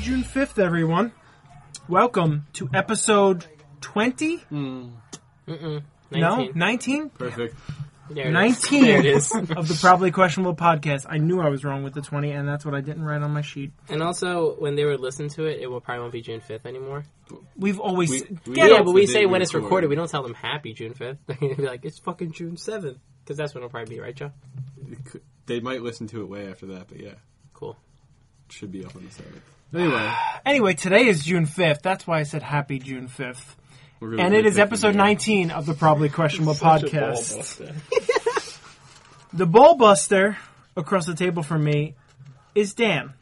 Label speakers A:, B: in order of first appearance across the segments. A: June 5th, everyone. Welcome to episode 20?
B: Mm-mm.
A: No,
B: 19.
A: 19?
C: Perfect.
B: There it is.
A: 19.
B: There it is.
A: of the Probably Questionable podcast. I knew I was wrong with the 20, and that's what I didn't write on my sheet.
B: and also, when they would listen to it, it will probably won't be June 5th anymore.
A: We've always.
C: We- we-
A: Get
B: yeah,
A: it.
B: but we
C: the
B: say
C: day
B: when
C: we
B: it's
C: record.
B: recorded. We don't tell them happy June 5th. They're going to be like, it's fucking June 7th. Because that's when it'll probably be, right, Joe?
C: It could- They might listen to it way after that, but yeah, it
B: Cool.
C: should be up on the seventh. Anyway,
A: Anyway, today is June 5th. That's why I said happy June 5th.
C: we're gonna
A: And
C: do
A: it is
C: fifth
A: episode
C: in a row.
A: 19 of the Probably Questionable podcast. The ball buster across the table from me is Dan,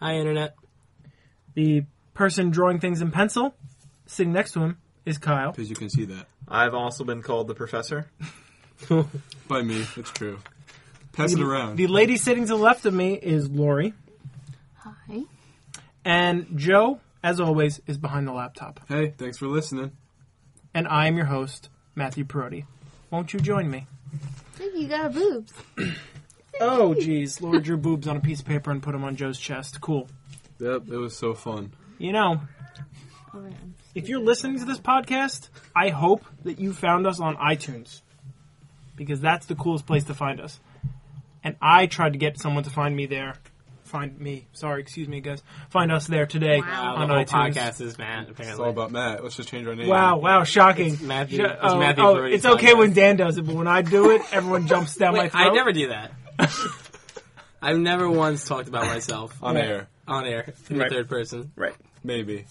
B: Hi, Internet.
A: the person drawing things in pencil. Sitting next to him is Kyle.
C: because you can see that
D: I've also been called the professor.
C: by me. It's true. Pass it around.
A: The lady sitting to the left of me is Lori.
E: Hi.
A: And Joe, as always, is behind the laptop.
C: hey, thanks for listening.
A: And I am your host, Matthew Perotti. Won't you join me?
E: Look, you got boobs.
A: Oh, geez. Lori drew boobs on a piece of paper and put them on Joe's chest. Cool.
C: Yep, it was so fun.
A: You know,
E: Oh, man.
A: if you're listening to this podcast, I hope that you found us on iTunes because that's the coolest place to find us. And I tried to get someone to find me there. Find me. Sorry, excuse me, guys. Find us there today
E: Wow.
B: Uh,
A: on
B: the whole
A: iTunes.
B: podcast is Matt,
C: It's all
B: apparently.
C: about Matt. Let's just change our name.
A: Wow, wow, shocking.
B: It's Matthew-
A: Ju-
B: it's
A: oh,
B: Matthew
A: oh,
B: Perotti
A: it's okay
B: podcast.
A: when Dan does it, but when I do it, everyone jumps down my
B: Wait,
A: throat.
B: I never do that. I've never once talked about myself
C: on
A: Yeah.
C: air.
B: on air in
D: Right.
B: the third person.
D: Right.
C: Maybe.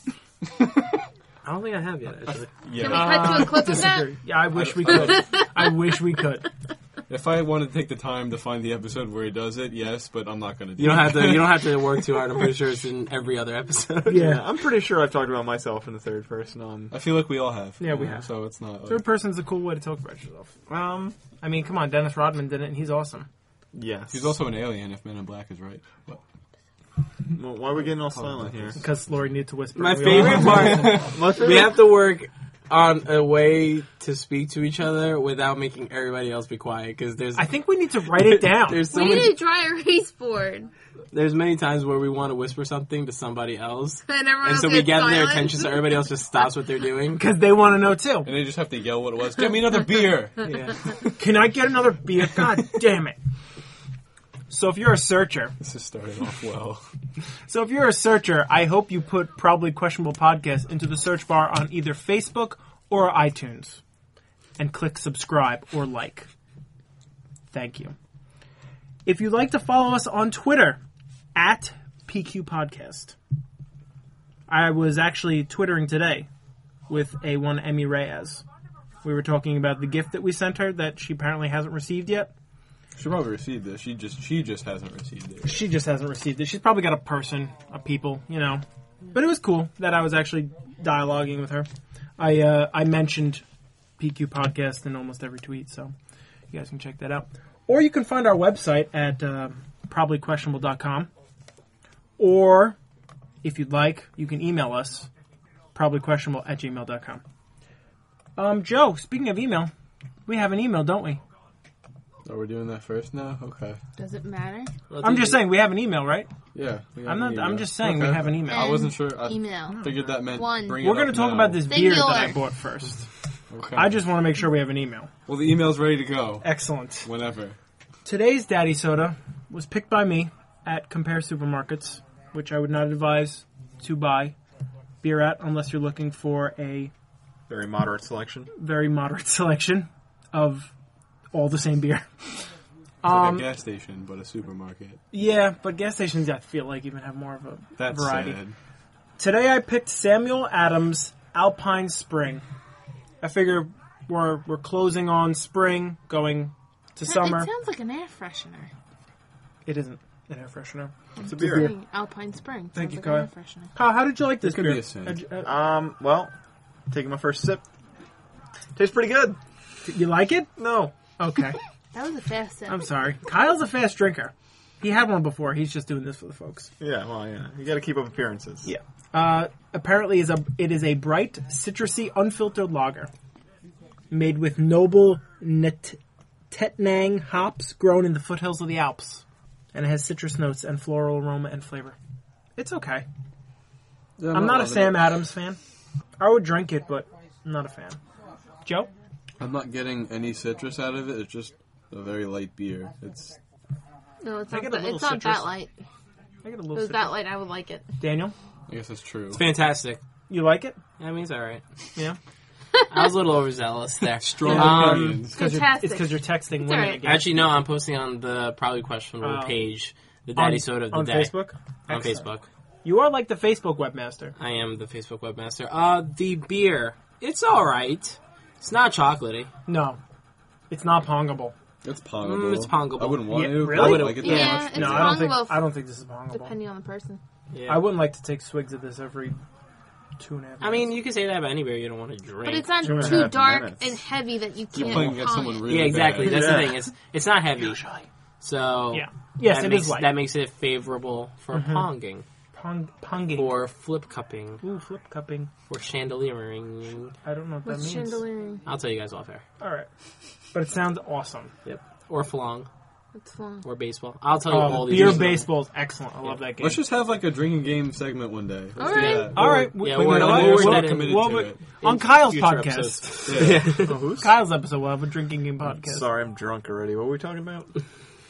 B: I don't think I have yet, actually.
C: Yeah.
E: Can we cut to a clip of that?
A: disagree. Yeah, I wish we could. I wish we could.
C: If I wanted to take the time to find the episode where he does it, yes, but I'm not going to do
B: You don't
C: it.
B: have to. You don't have to work too hard. I'm pretty sure it's in every other episode.
A: Yeah.
D: I'm pretty sure I've talked about myself in the third person um, on.
C: I feel like we all have.
A: Yeah, we
C: Uh,
A: have.
C: So it's not. Like,
A: Third person's a cool way to talk about yourself.
D: Um.
A: I mean, come on, Dennis Rodman did it, and he's awesome.
D: Yes.
C: he's also an alien if Men in Black is right. But
D: Well, why are we getting all silent here?
A: Because Lori needed to whisper.
B: My
A: We all-
B: favorite part.
D: My
B: We
D: favorite,
B: have to work on a way to speak to each other without making everybody else be quiet because there's
A: I think we need to write it down.
B: there's so
E: We need
B: many,
E: a dry erase board.
B: there's many times where we want to whisper something to somebody else,
E: And, everyone
B: and
E: else
B: so we
E: gets
B: gather their
E: silent.
B: attention, so everybody else just stops what they're doing.
A: Because they want to know too.
C: and they just have to yell what it was. Get me another beer.
B: Yeah.
A: Can I get another beer? God damn it. So if you're a searcher,
C: this is starting off well.
A: so if you're a searcher, I hope you put probably questionable podcast into the search bar on either Facebook or iTunes, and click subscribe or like. Thank you. If you'd like to follow us on Twitter, at PQ Podcast. I was actually twittering today with a one Emmy Reyes. We were talking about the gift that we sent her that she apparently hasn't received yet.
C: She probably received this. She just she just hasn't received it.
A: She just hasn't received it. She's probably got a person, a people, you know. But it was cool that I was actually dialoguing with her. I uh, I mentioned PQ podcast in almost every tweet, so you guys can check that out. Or you can find our website at uh, probablyquestionable.com. Or if you'd like, you can email us probablyquestionable at gmail.com. Um, Joe, speaking of email, we have an email, don't we?
C: Oh, we're doing that first now. Okay.
E: Does it matter?
A: I'm just saying we have an email, right?
C: Yeah. we got
A: I'm not.
C: an
A: I'm
C: email.
A: just saying we
C: Okay.
A: have an email.
C: I wasn't sure. I
E: Email.
C: figured that meant
E: One.
C: bring it
A: We're going to
C: up
A: talk
C: now.
A: about this beer that I
E: Singular.
A: bought first.
C: Okay.
A: I just want to make sure we have an email.
C: well, the email's ready to go.
A: Excellent.
C: Whenever.
A: Today's Daddy Soda was picked by me at Compare Supermarkets, which I would not advise to buy beer at unless you're looking for a
D: Very moderate selection.
A: very moderate selection of all the same beer.
C: Like
A: Um,
C: a gas station, but a supermarket.
A: yeah, but gas stations I feel like even have more of a
C: That's
A: variety.
C: sad.
A: Today I picked Samuel Adams Alpine Spring. I figure we're we're closing on spring, going to summer.
E: It sounds like an air freshener.
A: It isn't an air freshener.
D: It's a beer.
E: Alpine Spring.
A: Thank
E: sounds
A: you,
E: like an air
A: Kyle.
E: freshener.
A: Kyle, how did you like this
C: could
A: beer?
C: be a sin.
A: How'd you- uh,
D: Um. Well, taking my first sip. Tastes pretty good.
A: you like it?
D: No.
A: Okay.
E: That was a fast sip.
A: I'm sorry. Kyle's a fast drinker. He had one before. He's just doing this for the folks.
D: Yeah. Well, yeah. You got to keep up appearances.
A: Yeah. Uh, apparently, is a it is a bright, citrusy, unfiltered lager made with noble net, Tetnang hops grown in the foothills of the Alps, and it has citrus notes and floral aroma and flavor. It's okay. I'm not a Sam Adams fan. I would drink it, but I'm not a fan. Joe?
C: I'm not getting any citrus out of it. It's just a very light beer. It's
E: No, it's
A: I
E: not.
A: get a
E: That,
A: little
E: it's not
A: citrus.
E: that light. If
A: I get a
E: it
A: little
E: was
A: citrus.
E: that light, I would like it.
A: Daniel,
C: I guess that's true.
B: It's fantastic.
A: you like it?
B: I mean, it's all right.
A: Yeah.
B: I was a little overzealous there.
C: Strong
B: Um,
C: opinions.
A: you're, it's
E: Fantastic.
A: because you're texting
E: It's
A: women
E: alright.
A: again.
B: Actually, no. I'm posting on the probably questionable
A: Oh.
B: page, the Daddy Soda of the
A: on
B: day
A: Facebook?
B: on
A: Excellent.
B: Facebook.
A: You are like the Facebook webmaster.
B: I am the Facebook webmaster. Uh, the beer. It's all right. It's not chocolatey.
A: No. It's not pongable.
C: It's pongable.
B: Mm, it's pongable.
C: I wouldn't want
A: Yeah,
C: to. but
A: really?
C: I would like it that
E: Yeah,
C: much.
E: it's
A: no, I don't
E: pongable.
A: think I don't think this is pongable.
E: Depending on the person.
B: Yeah.
A: I wouldn't like to take swigs of this every two and a half.
B: I mean, you can say that about any beer you don't want to drink.
E: But it's not
D: Two and a
E: too
D: half
E: dark
D: minutes.
E: and heavy that you
C: You're
E: can't.
C: playing against
E: palm
C: someone
E: it.
C: really
B: yeah, exactly.
C: bad.
B: That's
D: Yeah.
B: the thing. It's it's not heavy. So
A: yeah. Yes,
B: that
A: it
B: makes
A: is Mm-hmm. like
B: that makes it favorable for ponging,
A: pong ponging
B: for flip cupping,
A: Ooh, flip cupping.
B: for chandeliering.
A: I don't know what
E: What's
A: that means.
E: chandelier?
B: I'll tell you guys off air.
A: All right, but it sounds awesome.
B: Yep. Or flong,
E: It's long.
B: or baseball. I'll tell you all
A: Um,
B: these.
A: beer
B: things.
A: baseball is excellent. I love that game.
C: Let's just have like a drinking game segment one day. Let's
E: All
C: do
E: right.
C: that.
A: All right,
B: Yeah,
A: we-
B: we're-
A: you know what?
B: we're
A: We're
B: committed
A: committed
C: to
A: to
C: it.
A: it. on Kyle's
B: Future
A: podcast.
B: episodes.
C: Yeah.
A: Oh, Kyle's episode, we'll have a drinking game podcast.
D: Sorry, I'm drunk already. What were we talking about?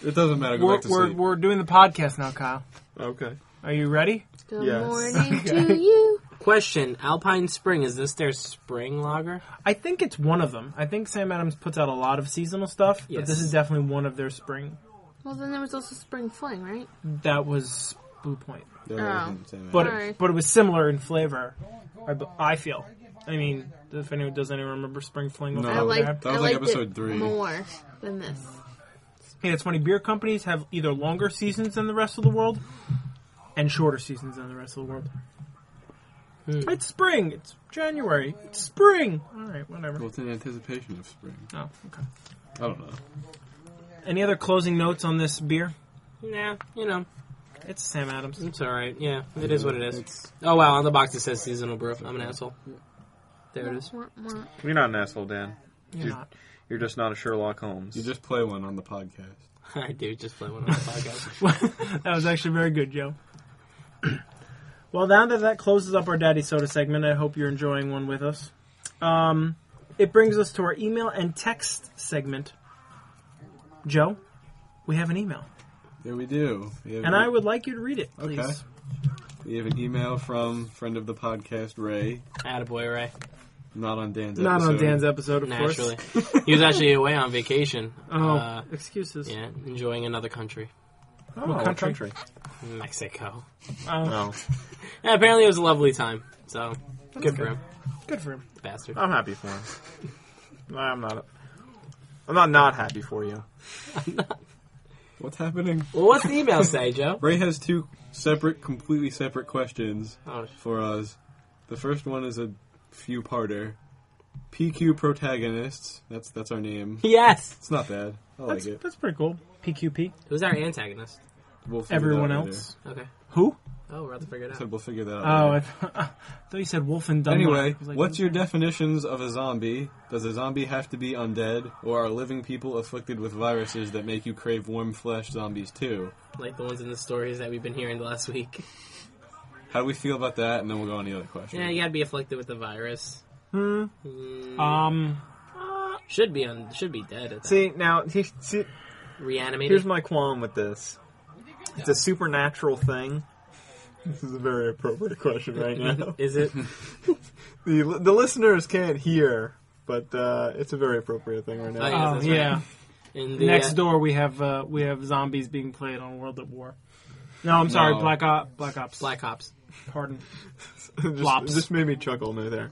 C: It doesn't matter. Go
A: We're,
C: back to
A: we're,
C: sleep.
A: we're doing the podcast now, Kyle.
D: Okay.
A: Are you ready?
E: Good
D: Yes.
E: morning to you.
B: Question: Alpine Spring is this their spring lager?
A: I think it's one of them. I think Sam Adams puts out a lot of seasonal stuff, but
B: Yes.
A: this is definitely one of their spring.
E: Well, then there was also spring fling, right?
A: That was Blue Point,
C: Yeah,
E: Oh.
C: we can say that.
A: but
E: Alright.
A: it, but it was similar in flavor. I, b- I feel. I mean, if anyone does anyone remember Spring Fling? off the
C: No.
A: top
E: I
A: of their
E: like.
A: head?
C: That was
E: I
C: like
E: liked
C: episode
E: it
C: three.
E: more than this.
A: Hey, it's funny. Beer companies have either longer seasons than the rest of the world, and shorter seasons than the rest of the world.
B: Hmm.
A: It's spring. It's January. It's spring. All right, whatever.
C: Well, it's in anticipation of spring.
A: Oh, okay.
C: I don't know.
A: Any other closing notes on this beer?
B: Nah, you know,
A: It's Sam Adams.
B: it's all right. Yeah, it is what it is.
C: It's-
B: Oh wow, on the box it says seasonal brew. I'm an asshole. There it is.
E: Mwah, mwah.
D: You're not an asshole, Dan.
A: You're not.
D: You're just not a Sherlock Holmes.
C: You just play one on the podcast.
B: I do just play one on the podcast.
A: that was actually very good, Joe. well, now that that closes up our Daddy Soda segment, I hope you're enjoying one with us. Um, it brings us to our email and text segment. Joe, we have an email,
C: Yeah, we do. We have
A: and
C: a-
A: I would like you to read it, please.
C: Okay. We have an email from friend of the podcast Ray.
B: Attaboy, Ray.
C: Not on Dan's.
A: Not
C: episode.
A: on Dan's episode, of
B: Naturally,
A: course.
B: he was actually away on vacation.
A: Oh,
B: Uh,
A: excuses.
B: yeah, enjoying another country,
A: Oh,
D: Oh,
A: country.
B: Mexico.
A: Oh,
D: No,
B: Yeah, apparently, it was a lovely time. So good, for him,
A: good for him.
B: bastard.
D: I'm happy for him. I'm not. I'm not not happy for you.
C: What's happening?
B: Well, what's the email say, Joe?
C: Ray has two separate, completely separate questions
B: Oh,
C: for us. The first one is a few-parter. PQ protagonists. That's that's our name.
B: yes,
C: It's not bad. I like
A: That's,
C: it.
A: that's pretty cool. PQP.
B: who's our antagonist?
C: We'll figure
A: Everyone
C: that out
A: else.
B: Okay.
A: Who?
B: Oh, we're about to figure it
C: later.
B: out.
C: So we'll figure that out.
A: Oh, I,
C: later.
A: thought you said Wolf and Dunlop.
C: Anyway,
A: I was like,
C: what's your definitions of a zombie? Does a zombie have to be undead, or are living people afflicted with viruses that make you crave warm flesh zombies too?
B: Like the ones in the stories that we've been hearing the last week.
C: How do we feel about that? And then we'll go on to the other question.
B: Yeah, you gotta be afflicted with the virus.
A: Hmm.
B: Mm,
A: Um.
B: should be on. Should be dead. It's
D: See now, he, see,
B: reanimated.
D: here's my qualm with this. It's a supernatural thing. This is a very appropriate question right now.
B: Is it?
D: the The listeners can't hear, but uh, it's a very appropriate thing right now.
B: Oh, yeah.
A: Oh
B: that's right.
A: yeah.
B: In the,
A: Next
B: uh,
A: door, we have uh, we have zombies being played on World at War. No, I'm sorry,
C: No.
A: Black Ops. Black Ops.
B: Black Ops.
A: Pardon.
D: It just,
A: Flops.
D: it just made me chuckle near there.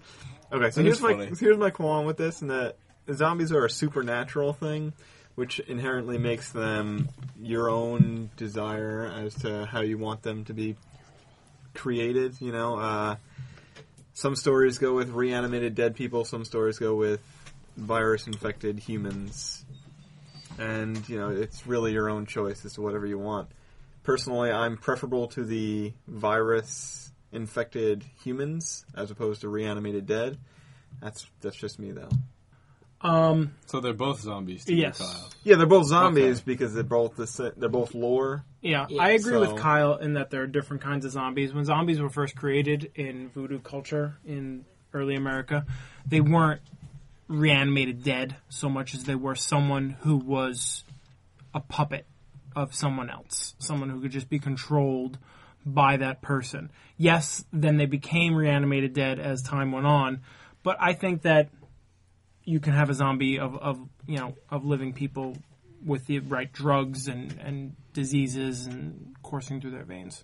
D: Okay, so
C: That
D: here's
C: is
D: my
C: funny.
D: here's my qualm with this, and that zombies are a supernatural thing, which inherently makes them your own desire as to how you want them to be created. You know, uh, some stories go with reanimated dead people, some stories go with virus infected humans, and you know it's really your own choice as to whatever you want personally, I'm preferable to the virus infected humans as opposed to reanimated dead. That's that's just me though.
A: Um,
C: So they're both zombies. To
A: Yes.
C: You, Kyle.
D: Yeah, they're both zombies
C: Okay.
D: because they're both the sa- they're both lore.
A: Yeah,
B: Yeah,
A: I agree
D: so-
A: with Kyle in that there are different kinds of zombies. When zombies were first created in voodoo culture in early America, they weren't reanimated dead so much as they were someone who was a puppet of someone else, someone who could just be controlled by that person. Yes, then they became reanimated dead as time went on, but I think that you can have a zombie of, of you know of living people with the right drugs and, and diseases and coursing through their veins.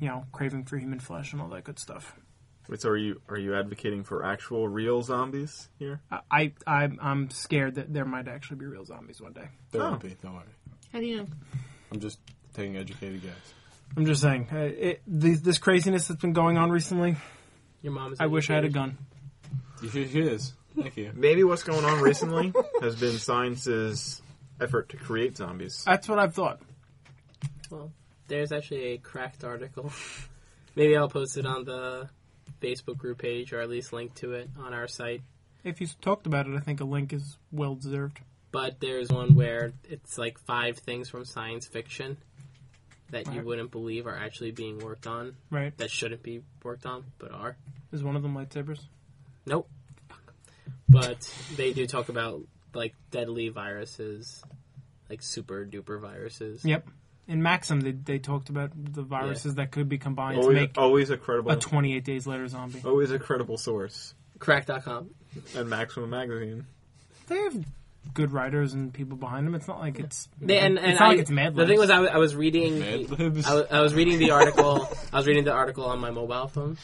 A: You know, craving for human flesh and all that good stuff.
D: Wait, so are you are you advocating for actual real zombies here?
A: I, I I'm- I'm scared that there might actually be real zombies one day.
C: There
D: Oh.
C: won't be. Don't worry.
E: How do you know?
C: I'm just taking educated guess.
A: I'm just saying, uh, it, this, this craziness that's been going on recently.
B: Your mom is
A: I wish I had a gun.
C: You should she is. Thank you.
D: Maybe what's going on recently has been science's effort to create zombies.
A: That's what I've thought.
B: Well, there's actually a cracked article. Maybe I'll post it on the Facebook group page, or at least link to it on our site.
A: If you talked about it, I think a link is well deserved.
B: But there's one where it's like five things from science fiction that you
A: Right.
B: wouldn't believe are actually being worked on
A: Right?
B: that shouldn't be worked on, but are.
A: Is one of them lightsabers?
B: Nope. But they do talk about like deadly viruses, like super duper viruses.
A: Yep. In Maxim, they, they talked about the viruses that could be combined to
D: Always,
A: make
D: always a credible,
A: a 28 days later zombie.
D: always a credible source
B: Crack.com.
D: at Maximum Magazine.
A: They have good writers and people behind them. It's not like it's
B: They, and, and
A: it's not
B: I,
A: like it's Mad
B: The
A: Libs.
B: thing was, I was, I was reading.
C: Mad
B: the-
C: Libs.
B: I was, I was reading the article. I was reading the article on my mobile phone,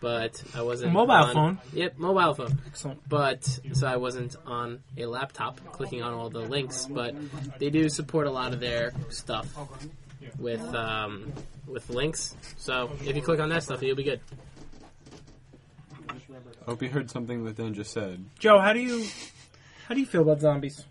B: but I wasn't
A: Mobile
B: on-
A: phone?
B: Yep, mobile phone.
A: excellent.
B: But so I wasn't on a laptop clicking on all the links. But they do support a lot of their stuff with um, with links. So if you click on that stuff, you'll be good.
C: Hope you heard something that Dan just said.
A: Joe, how do you how do you feel about zombies?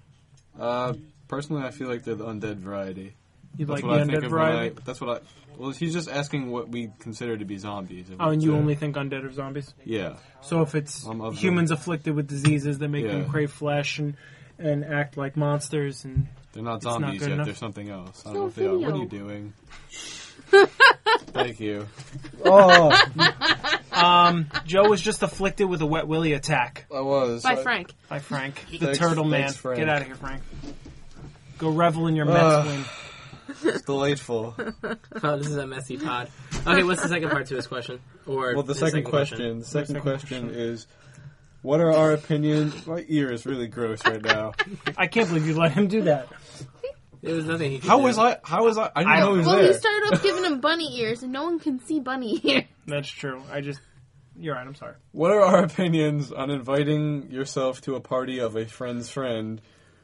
C: Uh, personally, I feel like they're the undead variety.
A: You
C: That's
A: like the
C: what I think
A: undead
C: of when I,
A: variety?
C: That's what I. Well, he's just asking what we consider to be zombies.
A: Oh, and you
C: Uh,
A: only think undead are zombies.
C: Yeah.
A: So if it's
C: I'm of them.
A: humans afflicted with diseases that make them
C: Yeah.
A: crave flesh and and act like monsters, and
C: They're not
A: not
C: zombies
A: good
C: yet.
A: enough.
C: They're something else. I don't
E: No
C: know if they are. What are
E: video.
C: you doing? Thank you.
A: oh, um, Joe was just afflicted with a wet willy attack
C: I was.
E: By Frank.
A: by Frank, the
C: Thanks-
A: turtle man.
C: thanks, Frank.
A: Get out of here, Frank. Go revel in your
C: Ugh.
A: Mets win.
C: It's delightful.
B: Oh, this is a messy pod. Okay, what's the second part to his question? Or
C: Well, the
B: his
C: second question. The second question is, what are our opinions? My ear is really gross right now.
A: I can't believe you let him do that.
B: There was nothing. He could
C: How
B: do.
C: was I? How was I? I didn't
A: I
C: know he was
E: well,
C: there.
E: you started off giving him bunny ears, and no one can see bunny ears.
A: That's true. I just you're right. I'm sorry.
C: What are our opinions on inviting yourself to a party of a friend's friend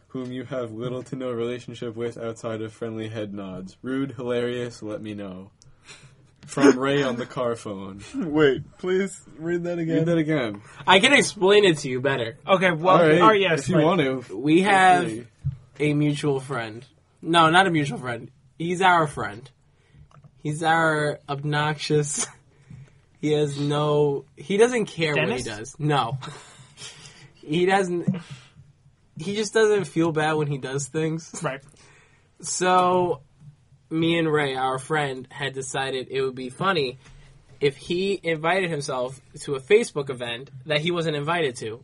C: whom you have little to no relationship with outside of friendly head nods? Rude, hilarious, let me know. From Ray on the car phone.
D: Wait, please read that
C: Read that again.
B: I can explain it to you better.
A: Okay. Well,
C: all right,
A: all right yes.
C: if you
A: like-
C: want to.
B: We have
C: Free.
B: a mutual friend. No, not a mutual friend. He's our friend. He's our obnoxious. He has no. He doesn't care
A: Dennis?
B: what he does. No. he doesn't. He just doesn't feel bad when he does things.
A: Right.
B: So, me and Ray, our friend, had decided it would be funny if he invited himself to a Facebook event that he wasn't invited to.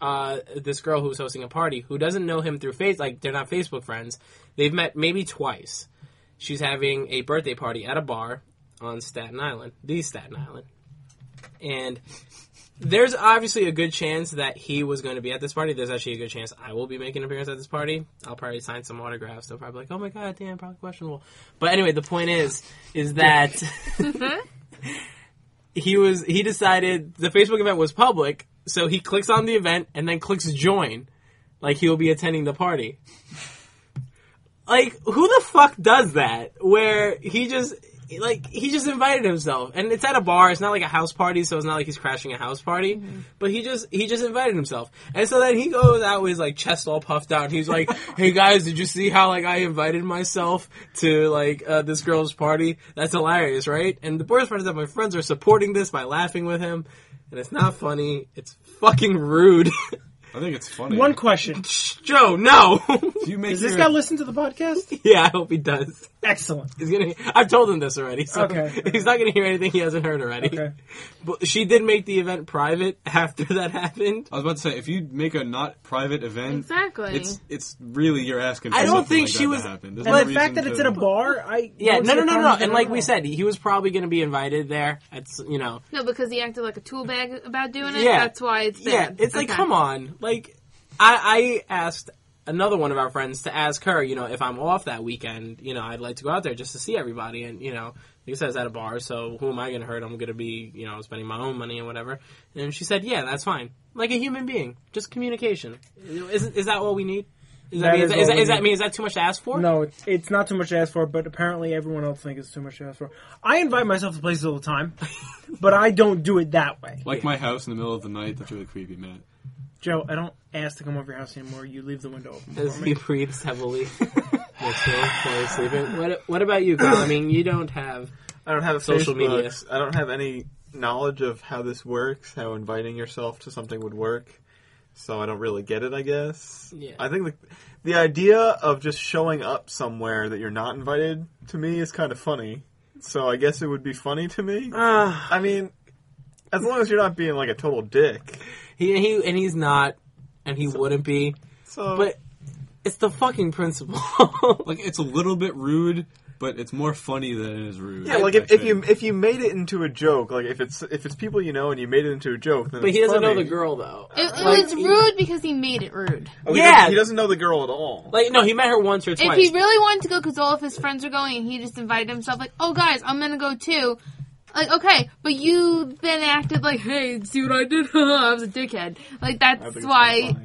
B: Uh, this girl who was hosting a party who doesn't know him through face, like they're not Facebook friends. They've met maybe twice. She's having a birthday party at a bar on Staten Island, the Staten Island, and. There's obviously a good chance that he was going to be at this party. There's actually a good chance I will be making an appearance at this party. I'll probably sign some autographs. They'll probably be like, "Oh my god, damn, probably questionable." But anyway, the point is, is that he was he decided the Facebook event was public, so he clicks on the event and then clicks join, like he'll be attending the party. Like who the fuck does that? Where he just like he just invited himself, and it's at a bar. It's not like a house party, so it's not like he's crashing a house party. But he just he just invited himself, and so then he goes out with his like chest all puffed out. And he's like, "Hey guys, did you see how like I invited myself to like uh, this girl's party? That's hilarious, right?" And the worst part is that my friends are supporting this by laughing with him, and it's not funny. It's fucking rude.
C: I think it's funny.
A: One question:
B: Shh, Joe, no.
C: Do you make
A: Does this
C: your-
A: guy listen to the podcast?
B: yeah, I hope he does.
A: Excellent.
B: He's gonna. I've told him this already, so
A: Okay.
B: he's not gonna hear anything he hasn't heard already.
A: Okay.
B: But she did make the event private after that happened.
C: I was about to say, if you make a not private event,
E: Exactly.
C: it's it's really you're asking. For
B: I don't
C: something
B: think
C: like
B: she
C: that to
B: was-
C: happen. There's no
A: And the fact
C: reason
A: that it's
C: to-
A: in a bar, I
B: Yeah, no, no, no, no,
A: surprised
B: And
A: at
B: like
A: all.
B: we said, he was probably going to be invited there. That's you know,
E: no, because he acted like a tool bag about doing it.
B: Yeah.
E: That's why it's bad.
B: yeah. It's like,
E: Okay.
B: come on. Like, I, I asked another one of our friends to ask her, you know, if I'm off that weekend, you know, I'd like to go out there just to see everybody. And you know, like I said, it's at a bar, so who am I going to hurt? I'm going to be, you know, spending my own money and whatever. And she said, yeah, that's fine. Like a human being, just communication. Is is that what we need? Is
A: That
B: that, me-
A: is
B: is,
A: all
B: that, is, that,
A: we
B: is that
A: need.
B: me? Is that too much to ask for?
A: No, it's, it's not too much to ask for, but apparently everyone else thinks it's too much to ask for. I invite myself to places all the time, but I don't do it that way.
C: like my house in the middle of the night. That's really creepy, Matt.
A: Joe, I don't ask to come over your house anymore. You leave the window open.
B: As he breathes heavily next to him while he's sleeping. What, what about you, Kyle? I mean, you don't have.
D: I don't have a
B: Social
D: Facebook.
B: media.
D: I don't have any knowledge of how this works, how inviting yourself to something would work. So I don't really get it, I guess.
B: Yeah.
D: I think the, the idea of just showing up somewhere that you're not invited to me is kind of funny. So I guess it would be funny to me.
A: Ah,
D: I mean, as long as you're not being like a total dick.
B: He, and he and he's not, and he wouldn't be.
D: So
B: But it's the fucking principle.
C: Like it's a little bit rude, but it's more funny than it is rude.
D: yeah, like
C: I
D: if, if
C: think.
D: you if you made it into a joke, like if it's if it's people you know and you made it into a joke, then
B: but
D: it's
B: he doesn't know
D: funny.
B: the girl though.
E: It, it
B: Like,
E: was rude because he made it rude.
D: Oh, he
B: Yeah.
D: doesn't- he doesn't know the girl at all.
B: Like no, he met her once or
E: If
B: twice.
E: he really wanted to go because all of his friends were going and he just invited himself, like, oh guys, I'm gonna go too. Like, okay, but you then acted like, hey, see what I did? I was a dickhead. Like,
D: I think
E: that's
D: it's
E: why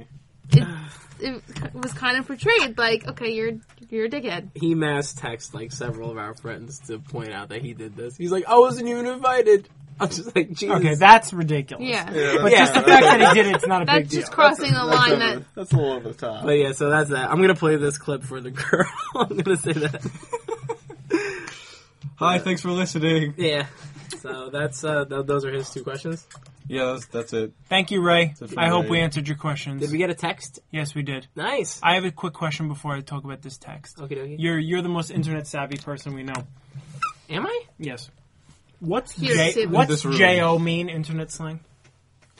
D: kinda funny.
E: it, it was kind of portrayed like, okay, you're you're a dickhead.
B: he mass text like several of our friends to point out that he did this. He's like, I wasn't even invited. I'm just like, Jesus.
A: okay, that's ridiculous.
E: Yeah.
D: Yeah,
A: But
D: that's-
A: just the fact
D: yeah, that's-
A: that he did it's not a big
E: That's
A: deal.
E: just crossing the
D: that's,
E: line that
D: over- that's a little over the top.
B: But yeah, so that's that. I'm gonna play this clip for the girl. I'm gonna say that.
C: Hi, thanks for listening.
B: Yeah. So that's uh, th- those are his two questions.
C: Yeah, that's, that's it.
A: Thank you, Ray.
C: It's a
A: I hope
C: Ray.
A: we answered your
B: Did
A: questions.
B: we get a text?
A: Yes, we did.
B: Nice.
A: I have a quick question before I talk about this text.
B: Okay, dokie.
A: You're you're the most internet savvy person we know.
B: Am I?
A: Yes. What's
E: Here,
A: J-
E: sit with
A: what's
C: this room.
A: J-O mean internet slang?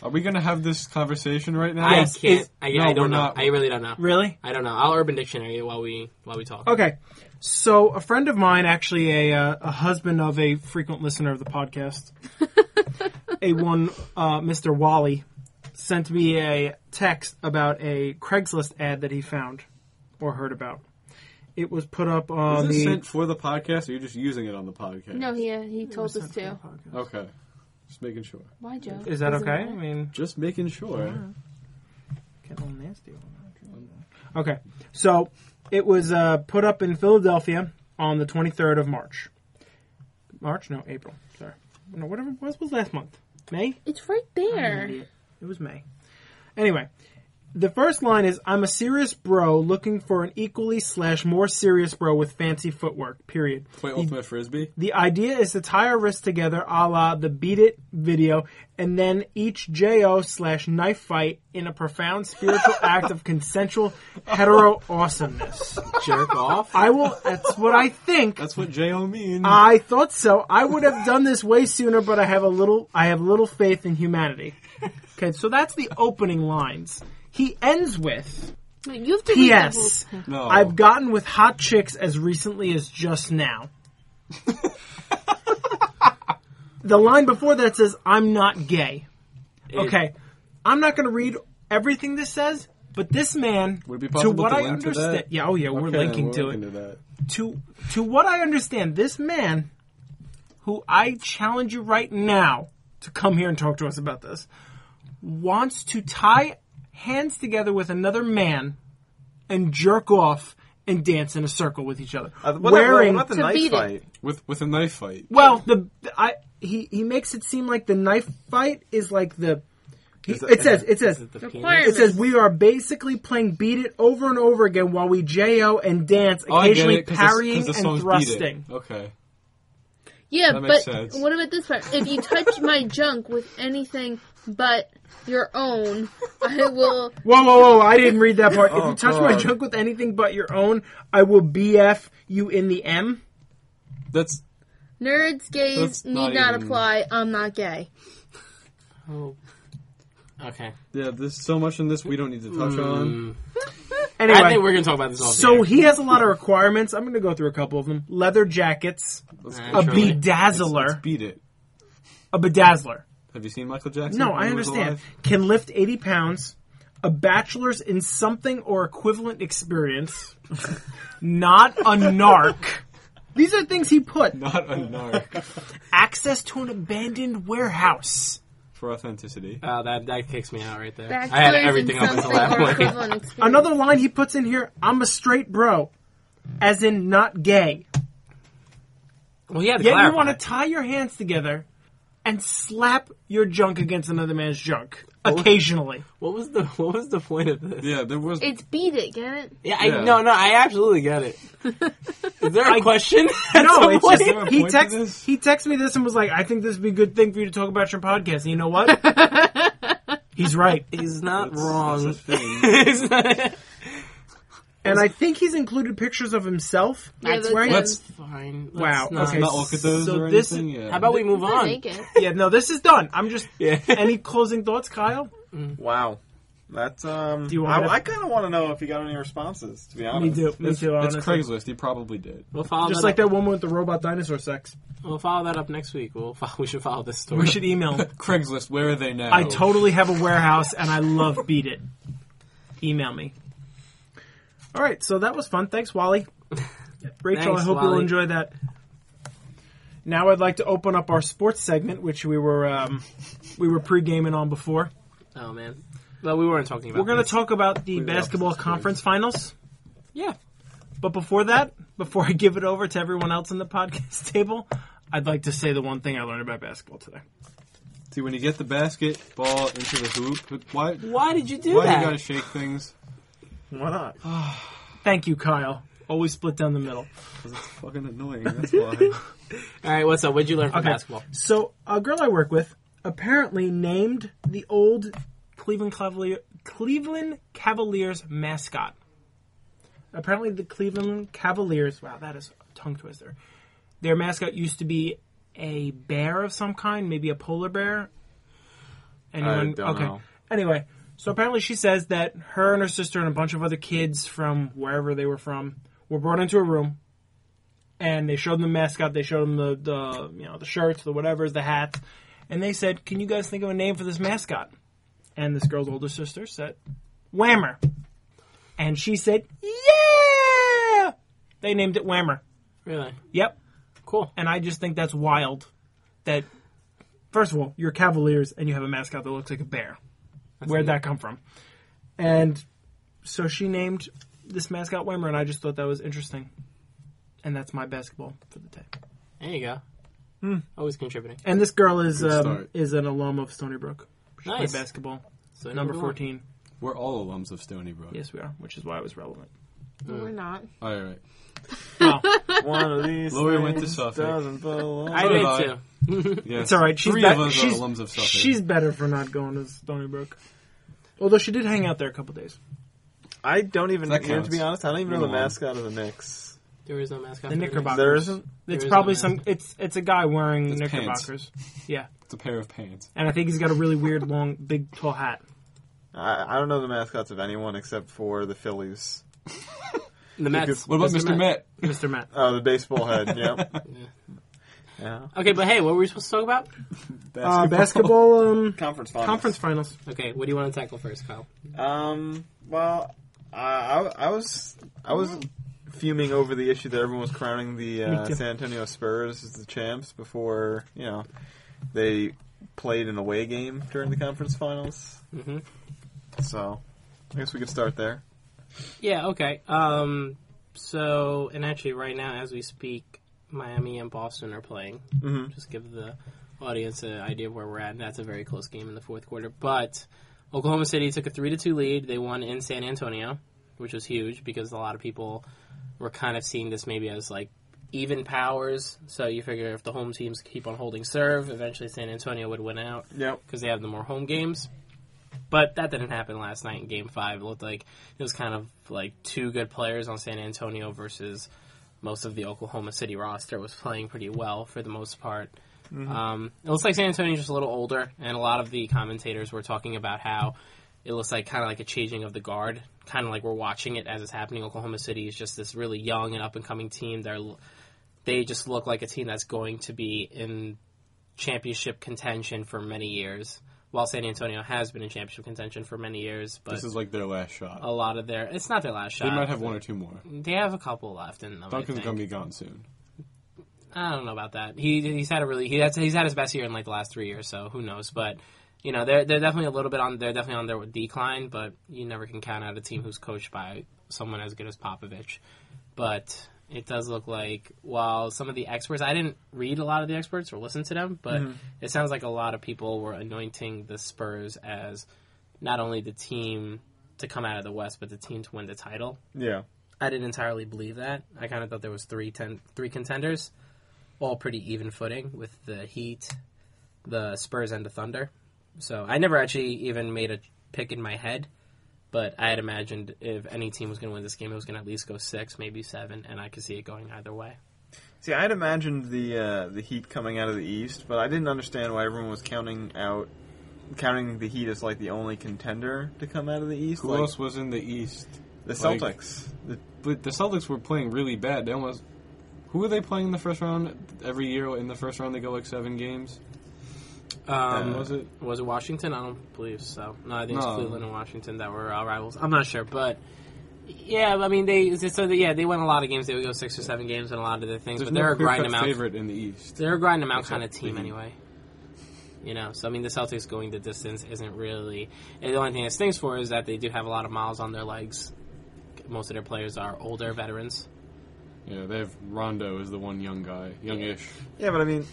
C: Are we gonna have this conversation right now?
B: I
A: Yes,
B: can't.
A: is-
B: I,
C: no,
B: I
C: we're
B: don't know.
C: not.
B: I really don't know.
A: Really?
B: I don't know. I'll Urban Dictionary it while we while we talk.
A: Okay. So a friend of mine, actually a uh, a husband of a frequent listener of the podcast, a one uh, Mr. Wally, sent me a text about a Craigslist ad that he found or heard about. It was put up on
C: Is this
A: the
C: sent for the podcast, or you're just using it on the podcast?
E: no, he uh, he told us to.
C: Okay. Just making sure.
E: Why, Joe?
A: Is that
E: Doesn't
A: okay? I
E: matter.
A: mean,
C: Just making sure.
A: getting a little nasty. over there. Okay, so it was uh, put up in Philadelphia on the 23rd of March. March? No, April. Sorry. No, whatever it was was last month. May?
E: It's right
A: an
E: there.
A: idiot. It was May. Anyway, the first line is I'm a serious bro looking for an equally slash more serious bro with fancy footwork, period.
C: Play ultimate frisbee.
A: The idea is to tie our wrists together a la the Beat It video and then each JO slash knife fight in a profound spiritual act of consensual hetero awesomeness.
B: Jerk off.
A: I will, that's what I think.
C: That's what J.O. means.
A: I thought so. I would have done this way sooner, but I have a little I have little faith in humanity. Okay, so that's the opening lines. He ends with
E: Wait, You have to read that whole
A: P.S.
C: no.
A: I've gotten with hot chicks as recently as just now. the line before that says, I'm not gay. Okay. I'm not gonna read everything this says, but this man
C: Would it be
A: to
C: possible
A: what
C: to
A: I
C: link to
A: understand
C: that?
A: Yeah, oh yeah, we're
C: Okay,
A: linking
C: we're
A: to it
C: linking to that.
A: to to what I understand, this man, who I challenge you right now to come here and talk to us about this, wants to tie hands together with another man and jerk off and dance in a circle with each other,
D: Uh, what-
A: wearing
D: what- what the
E: To
D: knife
E: beat it.
D: fight?
C: With with a knife fight.
A: well the I he he makes it seem like the knife fight is like the. he-
D: Is it-
A: it says it says
B: The penis.
E: requirement.
A: it says we are basically playing beat it over and over again while we jo and dance,
C: Oh, I get
A: occasionally
C: it, 'cause the- 'cause
A: parrying
C: the
A: and
C: song's Beat It.
A: thrusting.
C: Okay.
E: Yeah,
C: That
E: but
C: makes sense.
E: what about this part? If you touch my junk with anything but your own, I will.
A: Whoa, whoa, whoa! I didn't read that part. if
C: Oh,
A: you touch my
C: God.
A: junk with anything but your own, I will BF you in the M.
C: That's
E: Nerds, gays
C: That's
E: need
C: not
E: not,
C: even-
E: apply. I'm not gay.
B: Oh. Okay.
C: yeah. There's so much in this we don't need to touch
B: Mm.
C: on.
A: Anyway,
B: I think we're gonna talk about this all.
A: so he has a lot of requirements. I'm going to go through a couple of them: leather jackets,
C: Let's
B: Uh,
C: go
A: a
B: Surely.
C: try
B: bee-
C: it. Let's
A: bedazzler,
C: beat it.
A: a bedazzler.
C: Have you seen Michael Jackson?
A: No,
C: when
A: I
C: he was
A: understand.
C: alive?
A: Can lift 80 pounds, a bachelor's in something or equivalent experience, not a narc. These are things he put.
C: Not a narc
A: Access to an abandoned warehouse.
C: for authenticity.
B: Oh, that that kicks me out right there.
E: Bachelors
B: I had everything
E: and
B: up until
E: something
B: that
E: or
B: point.
E: equivalent experience.
A: Another line he puts in here I'm a straight bro, as in not gay.
B: Well, yeah,
A: Yet you want to tie your hands together and slap your junk against another man's junk occasionally.
B: What was the What was the point of this?
C: Yeah, there was.
E: It's beat it, get it?
B: Yeah, I,
C: Yeah.
B: no, no, I absolutely get it. Is there a question? At
A: No,
B: some
A: it's
B: point?
A: just
C: Is there a
A: he
C: point to
A: texted
C: this?
A: he texted me this and was like, "I think this would be a good thing for you to talk about your podcast." And you know what? he's right,
B: he's not
C: That's-
B: wrong.
C: that's a thing.
B: He's not-
A: and I think he's included pictures of himself.
E: Yeah,
A: That's
E: that's
A: where.
E: him.
A: Let's,
B: That's fine. Let's
A: wow.
B: not-
A: Okay.
C: Not look at those
A: so
C: or
A: this-
C: anything. Yeah.
B: How about we move
E: Not
B: on?
E: naked.
A: yeah, no, this is done. I'm just.
B: Yeah.
A: Any closing thoughts, Kyle?
D: Wow. That's um.
A: Do you want
D: I,
A: me to-
D: I kind of want to know if you got any responses. To be
A: Me
D: honest,
A: too. Me
C: It's,
A: too.
C: it's
A: Honestly.
C: Craigslist. He probably did.
B: We'll follow
A: Just
B: that
A: like that
B: up.
A: woman with the robot dinosaur sex.
B: We'll follow that up next week. We'll fo- we should follow this story.
A: We should email.
C: Craigslist. Where are they now?
B: Oh.
A: I totally have a warehouse and I love beat it. Email me. All right, so that was fun. Thanks, Wally. Rachel,
B: Thanks,
A: I hope you'll
B: Wally.
A: enjoy that. Now I'd like to open up our sports segment, which we were um, we were pre-gaming on before.
B: Oh man. Well, we weren't talking about.
A: We're going to
B: this.
A: talk about the
C: love
A: basketball
C: this game.
A: conference finals.
B: Yeah.
A: But before that, before I give it over to everyone else in the podcast table, I'd like to say the one thing I learned about basketball today.
C: See when you get the basketball into the hoop. But why?
B: Why did you do
C: Why do
B: that?
C: you gotta shake things?
D: Why not?
A: Thank you, Kyle. Always split down the middle.
C: 'Cause it's fucking annoying. That's why.
B: All right. What's up? What'd you learn from
A: Okay.
B: basketball?
A: So a girl I work with apparently named the old Cleveland Cavalier, Cleveland Cavaliers mascot. Apparently, the Cleveland Cavaliers. Wow, that is a tongue twister. Their mascot used to be a bear of some kind, maybe a polar bear. Anyone?
D: don't
A: okay.
D: know.
A: Anyway, so apparently she says that her and her sister and a bunch of other kids from wherever they were from were brought into a room, and they showed them the mascot. They showed them the, the you know the shirts, the whatever's, the hats, and they said, "Can you guys think of a name for this mascot?" And this girl's older sister said, "Whammer," and she said, "Yeah." They named it Whammer.
B: Really?
A: Yep.
B: Cool.
A: And I just think that's wild. That first of all, you're Cavaliers and you have a mascot that looks like a bear. Where'd that come from? And so she named this mascot Whammer, and I just thought that was interesting. And that's my basketball for the day.
B: There you go. Always contributing.
A: And this girl is
C: Good
A: um,
C: start.
A: is an alum of Stony Brook. She
B: Nice.
A: played basketball.
B: So
A: Number
B: one.
A: fourteen.
C: We're all alums of Stony Brook.
A: Yes, we are, which is why it was relevant.
B: Hmm.
E: We're not.
C: All right.
A: Well,
D: One of these.
C: Lori went to
D: things
C: Suffolk.
D: Doesn't belong.
B: I
C: So did
B: did
C: I.
B: too.
C: Yes.
A: it's all right. She's
C: Three
A: be-
C: of us
A: she's,
C: are alums of Suffolk.
A: She's better for not going to Stony Brook. Although she did hang out there a couple days.
D: I don't even.
C: That
D: You know,
C: counts.
D: to be honest, I don't even know
C: You're
D: the
C: the one.
D: mascot of the Knicks.
B: There is no mascot.
A: The
B: for Knicks.
A: Knickerbockers.
D: There isn't.
A: It's
B: There is
A: probably
B: no
A: some. It's it's a guy wearing
C: It's pants.
A: knickerbockers. Yeah,
C: it's a pair of pants.
A: and I think he's got a really weird, long, big, tall hat.
D: I, I don't know the mascots of anyone except for the Phillies.
B: The Mets.
C: What about Mr. Met?
A: Mr. Matt.
D: Oh, the baseball head. Yep.
B: Yeah.
D: yeah.
B: Okay, but hey, what were we supposed to talk about?
A: Uh, basketball um,
D: Conference finals.
A: conference finals.
B: Okay, what do you want to tackle first, Kyle?
D: Um. Well, I, I, I was I was
C: Mm-hmm.
D: fuming over the issue that everyone was crowning the uh,
A: too.
D: San Antonio Spurs as the champs before you know they played an away game during the conference finals.
B: Mm-hmm.
D: So I guess we could start there.
B: Yeah. Okay. Um. So, and actually, right now, as we speak, Miami and Boston are playing.
D: hmm
B: Just give the audience an idea of where we're at. And that's a very close game in the fourth quarter. But Oklahoma City took a three to two lead. They won in San Antonio, which was huge because a lot of people were kind of seeing this maybe as like even powers. So you figure if the home teams keep on holding serve, eventually San Antonio would win out
D: Yep.
B: because they have the more home games. But that didn't happen last night in Game Five. It looked like it was kind of like two good players on San Antonio versus most of the Oklahoma City roster was playing pretty well for the most part.
C: Mm-hmm.
B: Um, it looks like San Antonio's just a little older, and a lot of the commentators were talking about how it looks like kind of like a changing of the guard, kind of like we're watching it as it's happening. Oklahoma City is just this really young and up and coming team. They're they just look like a team that's going to be in championship contention for many years. While San Antonio has been in championship contention for many years, but
C: This is like their last shot.
B: a lot of their it's not their last shot.
C: They might have one or two more.
B: They have a couple left in them. I
C: Duncan's
B: think.
C: gonna be gone soon.
B: I don't know about that. He he's had a really he that's he's had his best year in like the last three years, so who knows? But you know they're they're definitely a little bit on they're definitely on their decline, but you never can count out a team who's coached by someone as good as Popovich. But it does look like while some of the experts I didn't read a lot of the experts or listen to them, but
C: Mm-hmm.
B: it sounds like a lot of people were anointing the Spurs as not only the team to come out of the West, but the team to win the title.
D: Yeah.
B: I didn't entirely believe that. I kind of thought there was three ten, three contenders, all pretty even footing with the Heat, the Spurs, and the Thunder. So I never actually even made a pick in my head, but I had imagined if any team was going to win this game, it was going to at least go six, maybe seven, and I could see it going either way.
D: See, I had imagined the uh, the Heat coming out of the East, but I didn't understand why everyone was counting out counting the Heat as like the only contender to come out of the East.
C: Who
D: like
C: else was in the East?
D: The
C: like-
D: Celtics. The-
C: But the Celtics were playing really bad. They almost. Who are they playing in the first round? Every year in the first round, they go like seven games.
B: Um,
C: And was it?
B: Was it Washington? I don't believe so. No, I think it's
C: Uh, No.
B: Cleveland and Washington that were our rivals. I'm not sure, but yeah, I mean they so they, yeah they won a lot of games. They would go six or seven games and a lot of the things,
C: There's
B: but they're
C: no
B: a grind them
C: clear-cut
B: out.
C: favorite in the East.
B: They're a grind them out
C: Except
B: kind of team
C: the Heat.
B: anyway. You know, so I mean the Celtics going the distance isn't really and the only thing that stinks for is that they do have a lot of miles on their legs. Most of their players are older veterans.
C: Yeah, they have Rondo is the one young guy, youngish.
D: yeah, but I mean,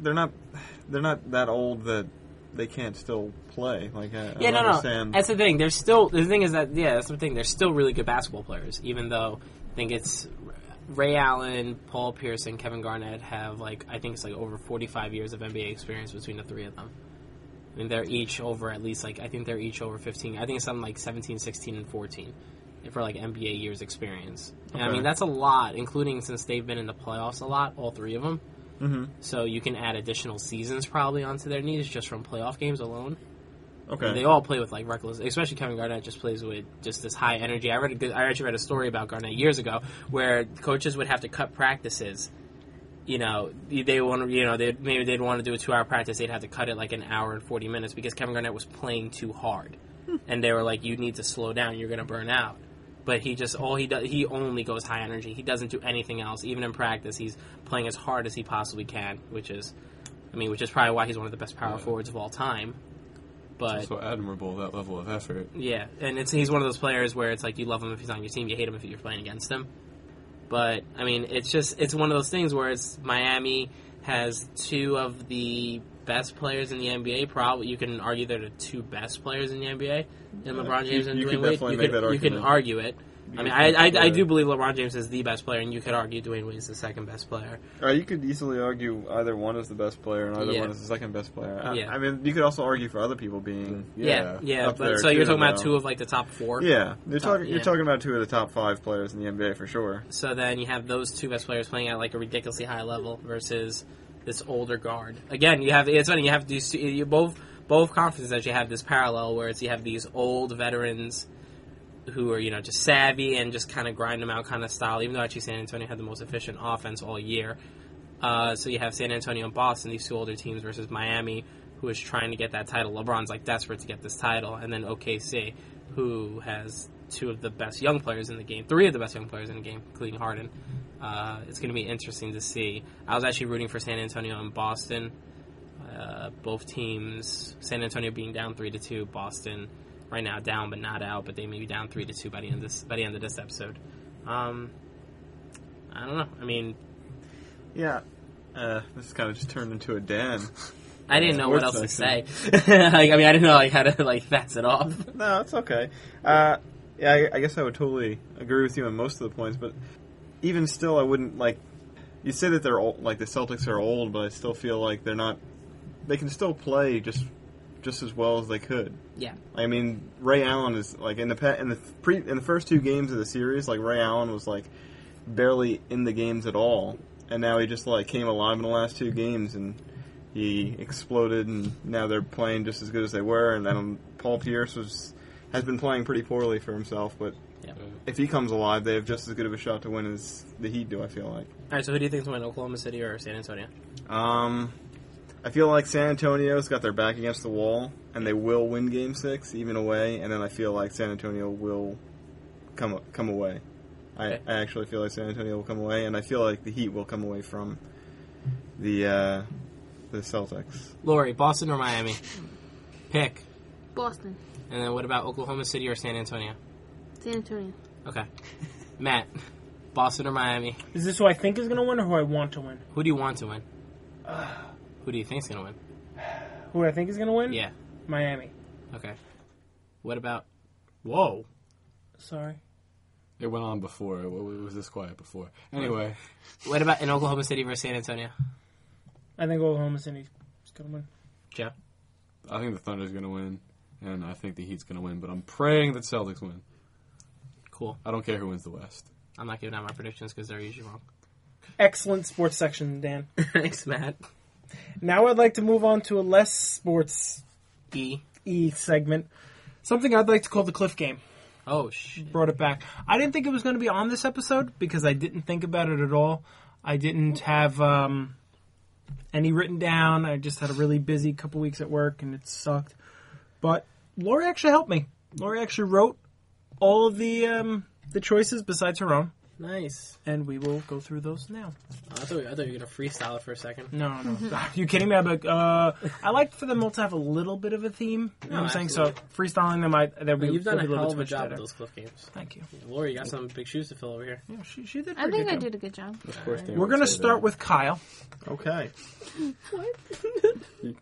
D: they're not they're not that old that they can't still play. Like I, I
B: Yeah,
D: don't
B: no,
D: understand.
B: no. That's the thing. They're still the thing is that yeah, that's the thing. They're still really good basketball players, even though I think it's Ray Allen, Paul Pierce, and Kevin Garnett have like I think it's like over forty five years of NBA experience between the three of them. I mean, they're each over at least like I think they're each over fifteen. I think it's something like 17, 16, and fourteen for like NBA years experience. And I
D: Okay.
B: mean that's a lot, including since they've been in the playoffs a lot, all three of them.
D: Mhm.
B: So you can add additional seasons probably onto their knees just from playoff games alone.
D: okay.
B: They all play with like reckless, especially Kevin Garnett just plays with just this high energy. I read a good, I actually read a story about Garnett years ago where coaches would have to cut practices. You know, they want to, you know, they maybe they'd want to do a two hour practice. They'd have to cut it like an hour and 40 minutes because Kevin Garnett was playing too hard. and they were like, you need to slow down. You're going to burn out. But he just, all he does, he only goes high energy. He doesn't do anything else. Even in practice, he's playing as hard as he possibly can, which is, I mean, which is probably why he's one of the best power
C: Yeah.
B: forwards of all time. But
C: So admirable that level of effort.
B: yeah, and it's he's one of those players where it's like you love him if he's on your team, you hate him if you're playing against him. But I mean, it's just it's one of those things where it's Miami has two of the best players in the NBA. Probably you can argue they're the two best players in the NBA, and LeBron
D: you-
B: James and
D: you could
B: Dwayne Wade.
D: definitely
B: You
D: make
B: could,
D: that
B: you can
D: argument.
B: argue it. I mean,
D: could
B: I, I
D: make that
B: I do believe LeBron James is the best player, and you could argue Dwayne Wade is the second best player.
D: Uh, you could easily argue either one is the best player and either
B: Yeah.
D: one is the second best player. I,
B: Yeah.
D: I mean, you could also argue for other people being
B: Yeah,
D: yeah,
B: yeah.
D: up
B: but,
D: there
B: so you're
D: too,
B: talking about
D: though.
B: two of like the top four.
D: Yeah, you're
B: Top-
D: talking. You're
B: yeah.
D: talking about two of the top five players in the NBA for sure.
B: So then you have those two best players playing at like a ridiculously high level versus this older guard. Again, you have it's funny you have these two- you both both conferences that you have this parallel where it's you have these old veterans who are you know just savvy and just kind of grind them out kind of style. Even though actually San Antonio had the most efficient offense all year, uh, so you have San Antonio and Boston, these two older teams versus Miami, who is trying to get that title. LeBron's like desperate to get this title, and then OKC, who has two of the best young players in the game, three of the best young players in the game, including Harden. Uh, it's going to be interesting to see. I was actually rooting for San Antonio and Boston. Uh, both teams, San Antonio being down three to two, Boston right now down but not out, but they may be down three to two by the end of this by the end of this episode. Um, I don't know. I mean,
D: Yeah. Uh, this kind of just turned into a Dan.
B: I didn't know what else
D: Sports
B: to say. like, I mean, I didn't know like how to like fast it off.
D: no, it's okay. Uh, yeah, I, I guess I would totally agree with you on most of the points, but even still, I wouldn't like. you say that they're old, like the Celtics are old, but I still feel like they're not. They can still play just just as well as they could.
B: Yeah.
D: I mean, Ray Allen is like in the pa- in the pre in the first two games of the series, like Ray Allen was like barely in the games at all, and now he just like came alive in the last two games and he exploded, and now they're playing just as good as they were. And then Paul Pierce was has been playing pretty poorly for himself, but
B: Yeah.
D: if he comes alive, they have just as good of a shot to win as the Heat do. I feel like.
B: All right. So who do you think's winning, Oklahoma City or San Antonio?
D: Um, I feel like San Antonio's got their back against the wall, and they will win Game Six, even away. And then I feel like San Antonio will come come away. I,
B: Okay.
D: I actually feel like San Antonio will come away, and I feel like the Heat will come away from the uh, the Celtics.
B: Lori, Boston or Miami? Pick.
E: Boston,
B: And then what about Oklahoma City or San Antonio?
E: San Antonio.
B: Okay. Matt, Boston or Miami?
A: Is this who I think is going to win or who I want to win?
B: Who do you want to win? Who do you think's gonna win?
A: Who I think is going to win?
B: Yeah.
A: Miami.
B: Okay. What about? Whoa.
A: Sorry.
C: It went on before. It wa- it was this quiet before. Anyway,
B: What about in Oklahoma City versus San Antonio?
A: I think Oklahoma City's going to win.
B: Joe.
C: I think the Thunder's going to win, and I think the Heat's going to win, but I'm praying that Celtics win.
B: Cool.
C: I don't care who wins the West.
B: I'm not giving out my predictions because they're usually wrong.
A: Excellent sports section, Dan.
B: Thanks, Matt.
A: Now I'd like to move on to a less sports
B: E.
A: e segment. Something I'd like to call the Cliff Game.
B: Oh sh.
A: Brought it back. I didn't think it was going to be on this episode because I didn't think about it at all. I didn't have um, any written down. I just had a really busy couple weeks at work and it sucked. But Lori actually helped me. Lori actually wrote all of the um, the choices besides her own,
B: Nice.
A: and we will go through those now.
B: I thought, I thought you were gonna freestyle it for a second.
A: No,
B: Mm-hmm.
A: no. Are you kidding me? I'm like, uh, I like for them all to have a little bit of a theme. You know what I'm saying? So freestyling them, I that would be,
B: you've done
A: would
B: a
A: be
B: hell
A: little
B: of a
A: bit
B: job
A: better.
B: with those cliff games.
A: Thank you.
B: Lori, you got some big shoes to fill over here.
A: Yeah, she, she did.
E: I think I
A: do.
E: did a good job.
D: Of course,
A: We're gonna start with Kyle.
D: okay.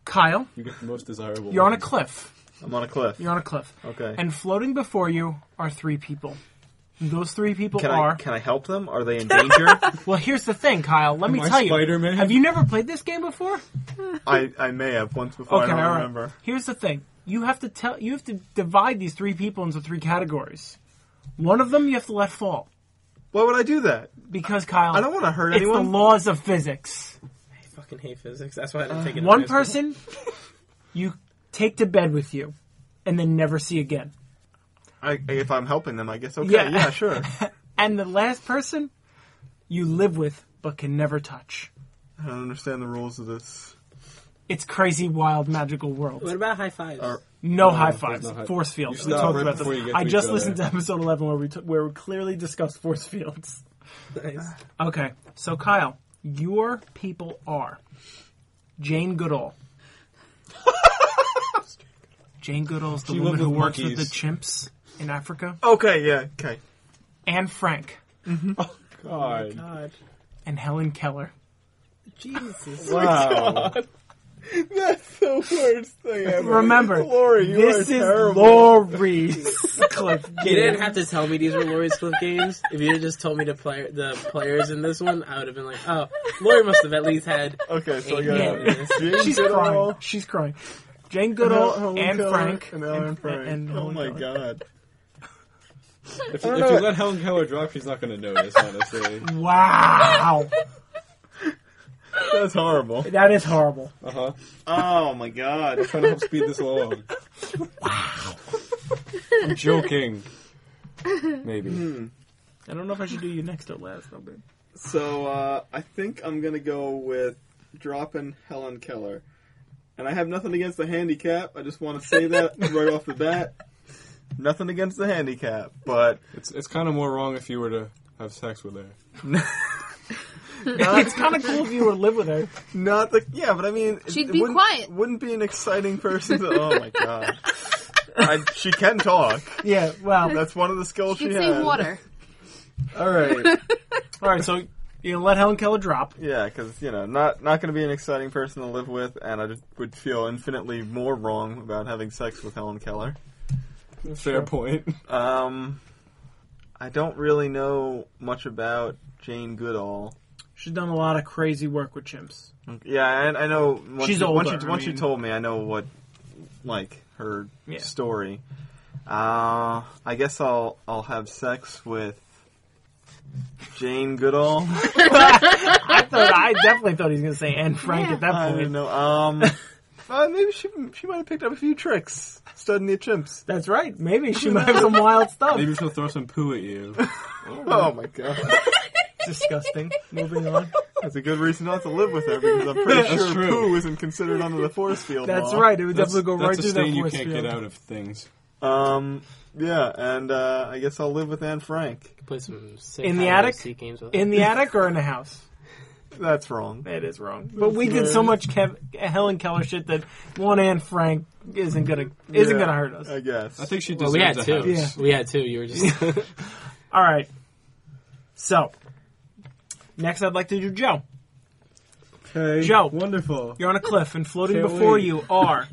A: Kyle,
C: You get the most desirable.
A: you're on a
C: ones.
A: cliff.
D: I'm on a cliff.
A: You're on a cliff,
D: Okay.
A: and floating before you are three people. Those three people
D: can
A: are.
D: I can I help them? Are they in danger?
A: Well, here's the thing, Kyle. Let me
C: Am I
A: tell you.
C: Spider-Man?
A: Have you never played this game before?
D: I, I may have once before. Oh, I don't
A: all right.
D: remember.
A: Here's the thing: you have to tell, you have to divide these three people into three categories. One of them you have to let fall
D: Why would I do that?
A: because Kyle.
D: I don't want to hurt
A: It's
D: anyone.
A: the laws of physics.
B: I fucking hate physics. That's why I didn't take it. in
A: Uh, One
B: high school.
A: person you take to bed with you and then never see again.
D: I, if I'm helping them, I guess okay.
A: Yeah.
D: yeah sure.
A: And the last person you live with but can never touch.
D: I don't understand the rules of this.
A: It's crazy, wild, magical world.
B: What about high fives?
D: Or-
A: No high
C: there's
A: fives.
C: no high-
A: force fields.
C: You
A: We
C: stop
A: talked
C: right
A: about
C: before you
A: this.
C: get to
A: I
C: each
A: just
C: other.
A: listened to episode eleven where we t- where we clearly discussed force fields.
B: Nice.
A: Okay, so Kyle, your people are Jane Goodall. Jane Goodall's the
C: She
A: woman
C: lived
A: who
C: with
A: works with the
C: monkeys.
A: chimps in Africa,
D: Okay, yeah, okay.
A: Anne Frank,
D: Oh
C: God.
B: God.
A: and Helen Keller.
B: Jesus.
C: Wow.
D: Oh That's the worst thing ever.
A: Remember,
D: Lori, you
A: this
D: are
A: is
D: terrible.
A: Lori's Cliff
B: You didn't
A: Game.
B: have to tell me these were Lori's cliff games. If you had just told me the player, the players in this one, I would have been like, "Oh, Lori must have at least had."
D: Okay, so
B: Eight
D: yeah,
B: minutes.
D: Jane
A: She's
D: Goodall,
A: crying. She's crying. Jane
D: Helen-
A: Goodall,
D: Helen
A: Anne
D: Keller,
A: Frank,
D: and Alan Frank.
A: and
D: oh
A: Helen
D: my
A: Keller.
D: god.
C: If, you- if you let Helen Keller drop, she's not going to notice, honestly.
A: Wow,
D: That's horrible.
A: that is horrible.
C: Uh huh.
D: Oh my god.
C: Trying to help speed this along. Wow. I'm joking. Hmm. Maybe.
A: I don't know if I should do you next or last. I'll be-
D: So uh, I think I'm gonna go with dropping Helen Keller. And I have nothing against the handicap. I just want to say that right off the bat. Nothing against the handicap, but
C: It's it's kind of more wrong if you were to have sex with her.
A: it's kind of cool if you were to live with her.
D: Not the yeah, but I mean, it-
E: She'd
D: it
E: be
D: wouldn't,
E: quiet.
D: Wouldn't be an exciting person. To, oh my god, I, she can talk.
A: Yeah. Well,
D: That's one of the skills she,
E: She'd
D: has.
E: say water.
D: All right,
A: All right, so you let Helen Keller drop.
D: yeah, because you know, not not going to be an exciting person to live with, and I just would feel infinitely more wrong about having sex with Helen Keller.
C: Fair point.
D: Um, I don't really know much about Jane Goodall.
A: She's done a lot of crazy work with chimps.
D: Yeah, I, I know. Once
A: She's
D: you, Once,
A: older,
D: you,
A: I
D: once you
A: mean-
D: told me, I know what, like her
A: Yeah.
D: story. Uh, I guess I'll I'll have sex with Jane Goodall.
A: I thought I definitely thought he was going to say Anne Frank
E: Yeah.
A: at that
D: I don't
A: point.
D: know. Um, uh, maybe she she might have picked up a few tricks studying the chimps.
A: That's right. Maybe she might have some wild stuff.
C: Maybe she'll throw some poo at you.
D: Oh my god,
A: Disgusting. Moving on.
D: that's a good reason not to live with her because I'm pretty
C: That's
D: sure
C: true.
D: poo isn't considered under the force field.
A: That's
D: law.
A: right. It would
C: That's,
A: definitely go
C: that's
A: right
C: a
A: through
C: stain
A: that
C: you
A: force
C: can't
A: field.
C: get out of things.
D: Um, yeah, and uh, I guess I'll live with Anne Frank.
B: Play some sick
A: In the
B: hide and
A: attic?
B: seek games with
A: In the attic or in the house?
D: That's wrong.
A: That is wrong. But we did so much Kev- Helen Keller shit that one Anne Frank isn't gonna isn't
D: Yeah,
A: gonna hurt us.
D: I guess.
C: I think she
B: Well,
C: deserves
B: we had
C: a
B: two.
A: house.
C: house.
B: We had two. You were just
A: All right. So next, I'd like to do Joe.
C: Okay.
A: Joe.
C: Wonderful.
A: You're on a cliff, and floating
C: Can't
A: before
C: wait.
A: you are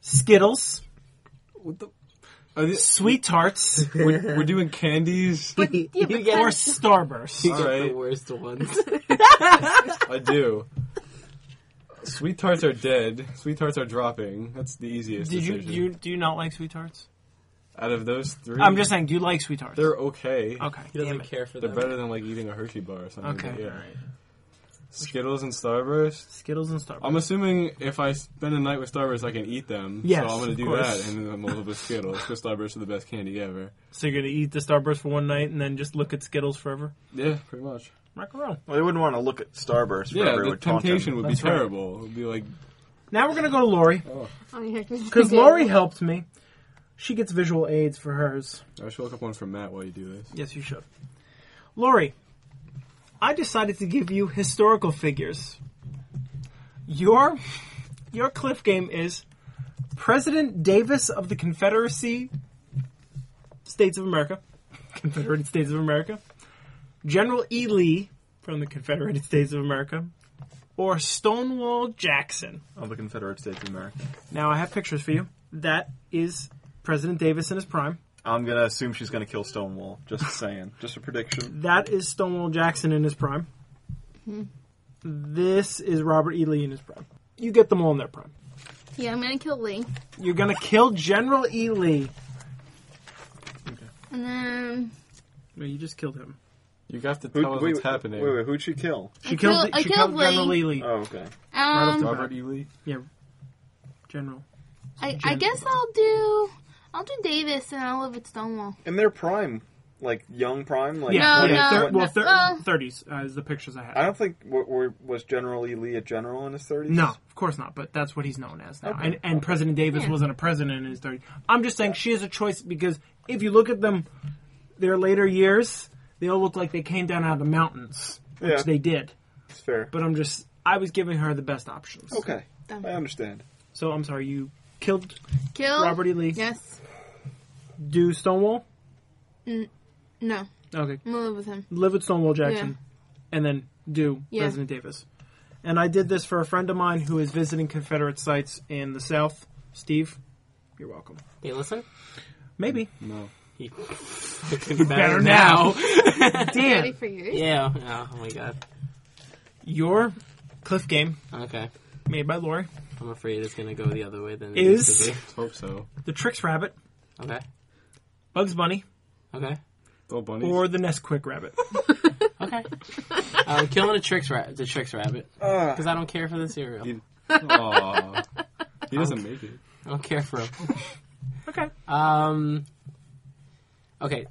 A: Skittles,
C: Are these,
A: sweet tarts,
C: we're, we're doing candies.
B: you
E: Yeah, but
B: get,
A: or
E: kind
A: Starburst.
B: you get
C: Alright.
B: the worst ones.
C: I do. Sweet tarts are dead. Sweet tarts are dropping. That's the easiest.
A: Did you,
C: decision.
A: you do you not like sweet tarts?
C: Out of those three,
A: I'm just saying, do you like sweet tarts?
C: They're okay.
A: okay.
B: He
A: damn
B: doesn't
A: it.
B: care for
C: They're
B: them.
C: better than like eating a Hershey bar or something.
A: Okay.
C: but yeah.
A: Alright.
C: Skittles and Starburst.
A: Skittles and Starburst.
C: I'm assuming if I spend a night with Starburst, I can eat them.
A: Yes,
C: so I'm gonna
A: of
C: do
A: course.
C: that, and then I'm a little bit Skittles because Starburst are the best candy ever.
A: so you're gonna eat the Starburst for one night and then just look at Skittles forever?
C: Yeah, pretty much.
A: Macaron.
D: Well, they wouldn't want to look at Starburst.
C: Yeah,
D: forever. It
C: the
D: would taunt
C: temptation
D: them.
C: would be
A: That's right.
C: terrible. It would be like
A: Now we're gonna go to Lori.
E: of- Oh, here.
A: Because Lori helped me. She gets visual aids for hers.
C: I should look up one from Matt while you do this.
A: Yes, you should. Lori, I decided to give you historical figures. Your your cliff game is President Davis of the Confederacy States of America, Confederate States of America, General E. Lee from the Confederated States of America, or Stonewall Jackson.
D: of the Confederate States of America.
A: Now I have pictures for you. That is President Davis in his prime.
D: I'm gonna assume she's gonna kill Stonewall. Just saying. Just a prediction.
A: That is Stonewall Jackson in his prime.
E: Hmm.
A: This is Robert E. Lee in his prime. You get them all in their prime.
E: Yeah, I'm gonna kill Lee,
A: You're gonna kill General E. Lee.
E: and then
A: No, you just killed him.
C: You have to tell us what's happening.
D: Wait, wait, who'd she kill?
A: She
E: I
A: killed.
E: killed- I
A: she
E: killed
A: killed General
E: Lee.
A: E. Lee.
D: Oh, okay.
E: um,
C: Robert E. Lee.
A: Yeah, General.
E: I, I guess I'll do I'll do Davis, and I'll live with Stonewall.
D: In their prime, like young prime, like
A: Yeah,
E: No,
D: what-
A: yeah.
E: no,
A: thir-
D: what-
A: well,
E: no, well-
A: thirties uh, is the pictures I
D: I
A: had.
D: don't think w- were, was General E. Lee a general in his 30s.
A: No, of course not. But that's what he's known as now.
D: Okay.
A: And, and President Davis
E: Yeah.
A: wasn't a president in his thirties. I'm just saying she has a choice because if you look at them, their later years, they all look like they came down out of the mountains, which
D: Yeah.
A: they did.
D: it's fair.
A: but I'm just I was giving her the best options.
D: okay,
E: Done.
D: I understand.
A: So I'm sorry you killed
E: Kill
A: Robert E. Lee.
E: Yes.
A: Do Stonewall?
E: No.
A: Okay.
E: I'm gonna live with him.
A: Live with Stonewall Jackson, and then do
E: Yeah.
A: President Davis. And I did this for a friend of mine who is visiting Confederate sites in the South. Steve, you're welcome.
B: Hey, listen.
A: Maybe.
C: No.
B: He better, now.
E: Ready
A: Dan,
E: for yours?
B: yeah. Oh, oh my god.
A: your cliff game
B: Okay.
A: made by Lori,
B: I'm afraid it's gonna go the other way than it
A: Is-
B: used to be.
C: Hope so.
A: the Tricks Rabbit,
B: Okay.
A: Bugs Bunny,
B: Okay.
C: Little bunnies.
A: or the Nesquik Rabbit.
B: Okay. I'm killing a tricks rabbit. The tricks rabbit
D: Uh,
B: because I don't care for the cereal.
C: You- Aw. He doesn't make it.
B: I don't care for them.
A: okay.
B: Um. Okay.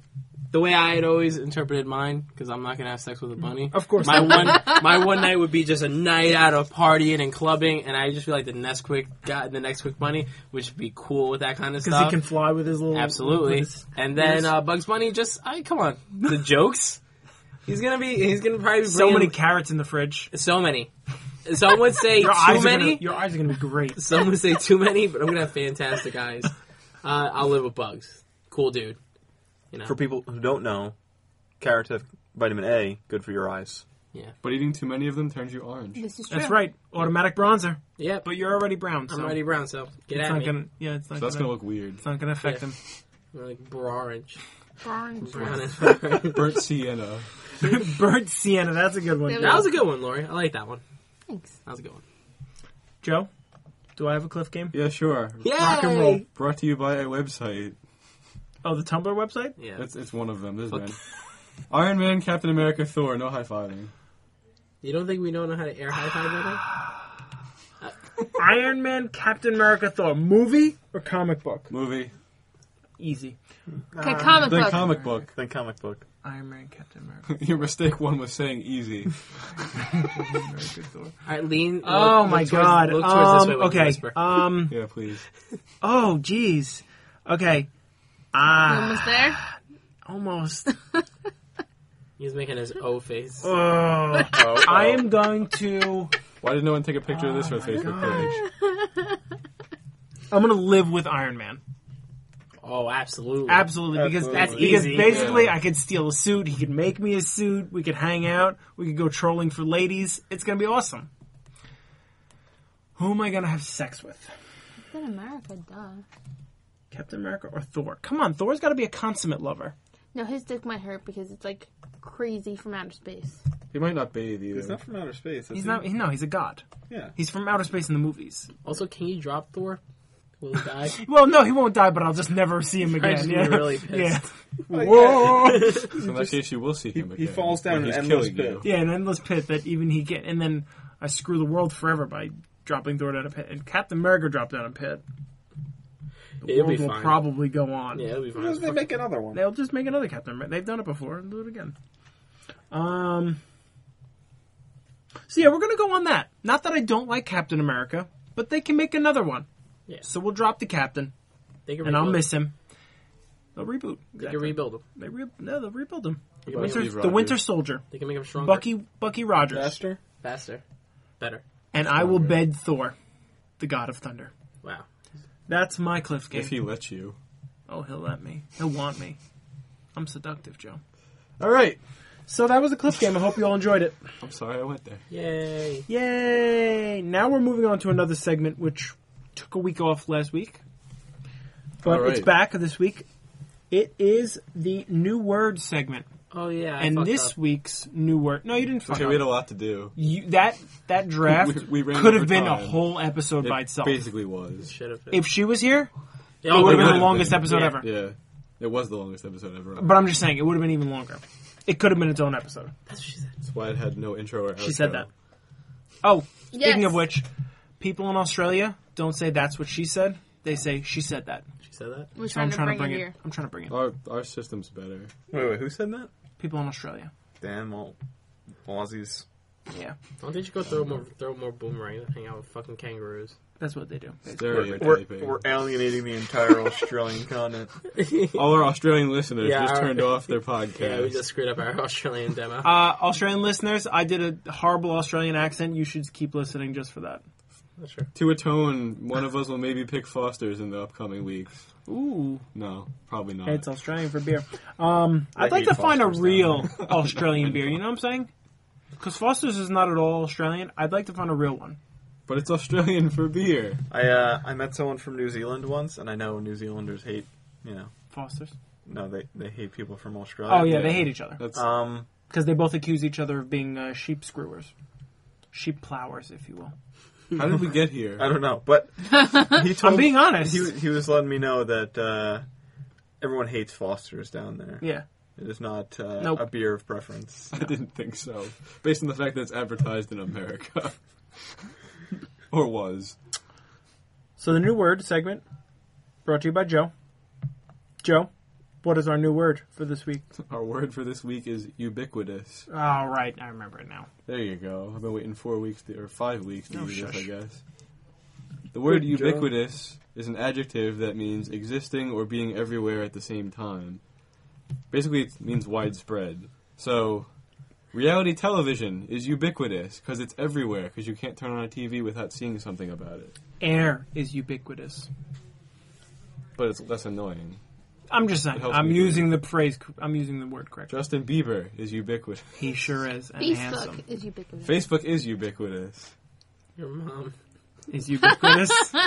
B: The way I had always interpreted mine, because I'm not gonna have sex with a bunny.
A: Of course.
B: My one, my one night would be just a night out of partying and clubbing, and I just be like the Nesquik guy, the Nesquik bunny, which would be cool with that kind of
A: because
B: stuff.
A: he can fly with his little with
B: Absolutely.
A: his-
B: And then uh, Bugs Bunny just, I come on, the jokes. He's gonna be, he's gonna probably be
A: so many
B: bringing-
A: carrots in the fridge.
B: so many. Some would say
A: Your
B: too
A: eyes, are
B: many.
A: gonna, your eyes are gonna be great.
B: Some would say too many, but I'm gonna have fantastic eyes. Uh, I'll live with Bugs. Cool dude.
D: for people who don't know, carrots have vitamin A, good for your eyes.
C: But eating too many of them turns you orange.
E: This is true.
A: That's right, automatic bronzer.
B: Yeah,
A: But you're already brown, so
B: I'm already brown, so get
A: it's
B: at
A: not
B: me.
A: gonna. Yeah, it's not
C: So that's
A: gonna.
C: gonna look weird.
A: It's not gonna affect
B: Yeah.
A: him.
B: I'm like bra orange.
E: Barn.
B: Brown and brown.
C: Burnt sienna.
A: Burnt sienna. That's a good one.
E: That
B: that was a good one, Lori. I like that one.
E: Thanks.
B: That was a good one.
A: Joe, do I have a cliff game?
C: Yeah, sure.
B: Yeah.
A: Rock and roll.
C: Brought to you by a website.
A: Oh, the Tumblr website?
B: Yeah.
C: It's, it's one of them. There's
B: Fuck.
C: many. Iron Man, Captain America, Thor. No high fiving.
B: You don't think we don't know how to air high five right
A: Iron Man, Captain America, Thor. Movie or comic book?
C: Movie.
A: Easy. Uh,
E: Okay, comic
C: The
E: book.
C: comic book.
D: Then comic book.
A: Iron Man, Captain America,
C: Your mistake one was saying easy.
A: America Thor.
B: now? All right, lean.
A: Oh
B: look-
A: my
B: look towards-
A: god.
B: look towards this
A: Um,
B: way when you
A: okay.
B: whisper.
A: Um.
C: Yeah, please.
A: Oh, jeez. Okay. Ah,
E: Almost there.
A: almost.
B: He's making his O face.
A: Oh,
C: Oh, oh.
A: I am going to.
C: Why did no one take a picture of this for a Facebook page?
A: I'm going to live with Iron Man.
B: Oh, absolutely.
A: Absolutely, because
D: Absolutely. That's
A: because
B: easy.
A: basically,
C: Yeah.
A: I could steal a suit. He could make me a suit. We could hang out. We could go trolling for ladies. It's gonna be awesome. Who am I gonna have sex with?
E: Captain America, duh.
A: Captain America or Thor? Come on, Thor's got to be a consummate lover.
E: No, his dick might hurt because it's like crazy from outer space.
C: He might not bathe either.
D: He's not from outer space.
A: He's not. He, no, he's a god.
D: Yeah.
A: He's from outer space in the movies.
B: Also, can you drop Thor? Will he die?
A: Well, no, he won't die, but I'll just never see him again.
B: just be
A: yeah.
B: really pissed.
A: yeah,
D: Whoa!
C: So in that case, you will see him again.
D: he falls
C: when
D: down an
C: he's
D: endless
C: killing
D: pit.
C: you.
A: yeah, an endless pit that even he can. And then I screw the world forever by dropping Thor down a pit, and Captain America dropped down a pit. The
B: It'll
A: world
B: be
A: will
B: fine.
A: probably go on.
B: yeah, it'll be
D: Why does they
B: fine.
D: make another one?
A: They'll just make another Captain America. They've done it before and do it again. Um. So yeah, we're gonna go on that. Not that I don't like Captain America, but they can make another one.
B: Yeah.
A: So we'll drop the Captain,
B: They can
A: and I'll
B: rebuild
A: miss him. They'll reboot.
B: They can
A: Exactly.
B: rebuild him.
A: They re- no, they'll rebuild him.
B: They can
C: Yeah,
B: make
A: Winter,
B: him.
C: Steve
A: the
C: Rogers.
A: Winter Soldier,
B: They can make him stronger.
A: Bucky, Bucky Rogers,
D: Faster?
B: Faster. Better.
A: and I will bed Thor, the God of Thunder.
B: Wow.
A: That's my cliff game.
C: If he lets you.
A: oh, he'll let me. He'll want me. I'm seductive, Joe.
C: All right.
A: So that was the cliff game. I hope you all enjoyed it.
C: I'm sorry I went
A: Uh-huh.
C: there.
B: Yay.
A: Yay! Now we're moving on to another segment which took a week off last week. But
C: All right.
A: it's back this week. It is the new word segment.
B: Oh yeah. I
A: and
B: fucked
A: this
B: up.
A: week's new word. No, you didn't fuck
C: Okay,
A: up.
C: we had a lot to do.
A: You- that that draft
C: We- we ran
A: could
C: over
A: have been a
C: time.
A: whole episode
C: It
A: by itself.
C: basically was.
B: should have been.
A: If she was here,
B: oh,
A: it would
C: it
A: have been
C: would've
A: the longest
C: been.
A: episode
B: Yeah.
A: ever.
C: Yeah. It was the longest episode ever.
A: But I'm just saying it would have been even longer. It could have been its own episode.
B: That's what she said.
C: That's why it had no intro or outro.
A: She said that. Oh, speaking
E: Yes.
A: of which, people in Australia don't say that's what she said. They say she said that.
B: She said that.
E: We're
A: So
E: trying,
A: I'm trying to bring
E: it
A: it.
E: here.
A: I'm trying to bring it.
C: Our, our system's better.
D: Wait, wait, who said that?
A: People in Australia.
D: Damn, all Aussies.
A: Yeah,
B: Why don't you go throw more throw more boomerangs and hang out with fucking kangaroos?
A: that's what they do.
C: They're
D: We're, we're,
C: anti-big.
D: we're alienating the entire Australian continent.
C: All our Australian listeners
B: Yeah,
C: just
B: our-
C: turned off their podcast.
B: Yeah, we just screwed up our Australian demo.
A: Uh, Australian listeners, I did a horrible Australian accent. You should keep listening just for that.
B: Not sure.
C: To atone, one of us will maybe pick Foster's in the upcoming weeks.
A: Ooh,
C: No, probably not.
A: it's Australian for beer. Um, I'd like
D: hate
A: to find a
D: Foster's now.
A: real Australian beer. You know what I'm saying? Because Foster's is not at all Australian. I'd like to find a real one.
C: but it's Australian for beer.
D: I uh, I met someone from New Zealand once, and I know New Zealanders hate, you know,
A: Foster's.
D: no, they they hate people from Australia.
A: Oh yeah, they hate each other
C: That's
D: Um,
A: because they both accuse each other of being uh, sheep screwers, sheep plowers, if you will.
C: how did we get
D: I
C: here?
D: don't know, but he told
A: I'm being honest.
D: he he was letting me know that uh, everyone hates Foster's down there.
A: yeah.
D: It is not uh,
A: Nope.
D: a beer of preference.
C: I didn't think so. Based on the fact that it's advertised in America, or was.
A: So the new word segment brought to you by Joe. Joe, what is our new word for this week?
C: Our word for this week is ubiquitous.
A: Oh, right. I remember it now.
C: There you go. I've been waiting four weeks to, or five weeks to
A: Oh,
C: use this, I
A: shush.
C: guess. The word
D: Good job.
C: ubiquitous is an adjective that means existing or being everywhere at the same time. Basically, it means widespread. So, reality television is ubiquitous because it's everywhere because you can't turn on a TV without seeing something about it.
A: Air is ubiquitous.
C: But it's less annoying.
A: I'm just saying.
C: It helps
A: I'm
C: me
A: using the phrase. I'm using the word correctly.
C: Justin Bieber is ubiquitous.
A: He sure is and handsome.
E: Facebook is ubiquitous.
C: Facebook is ubiquitous.
B: Your mom.
A: is ubiquitous.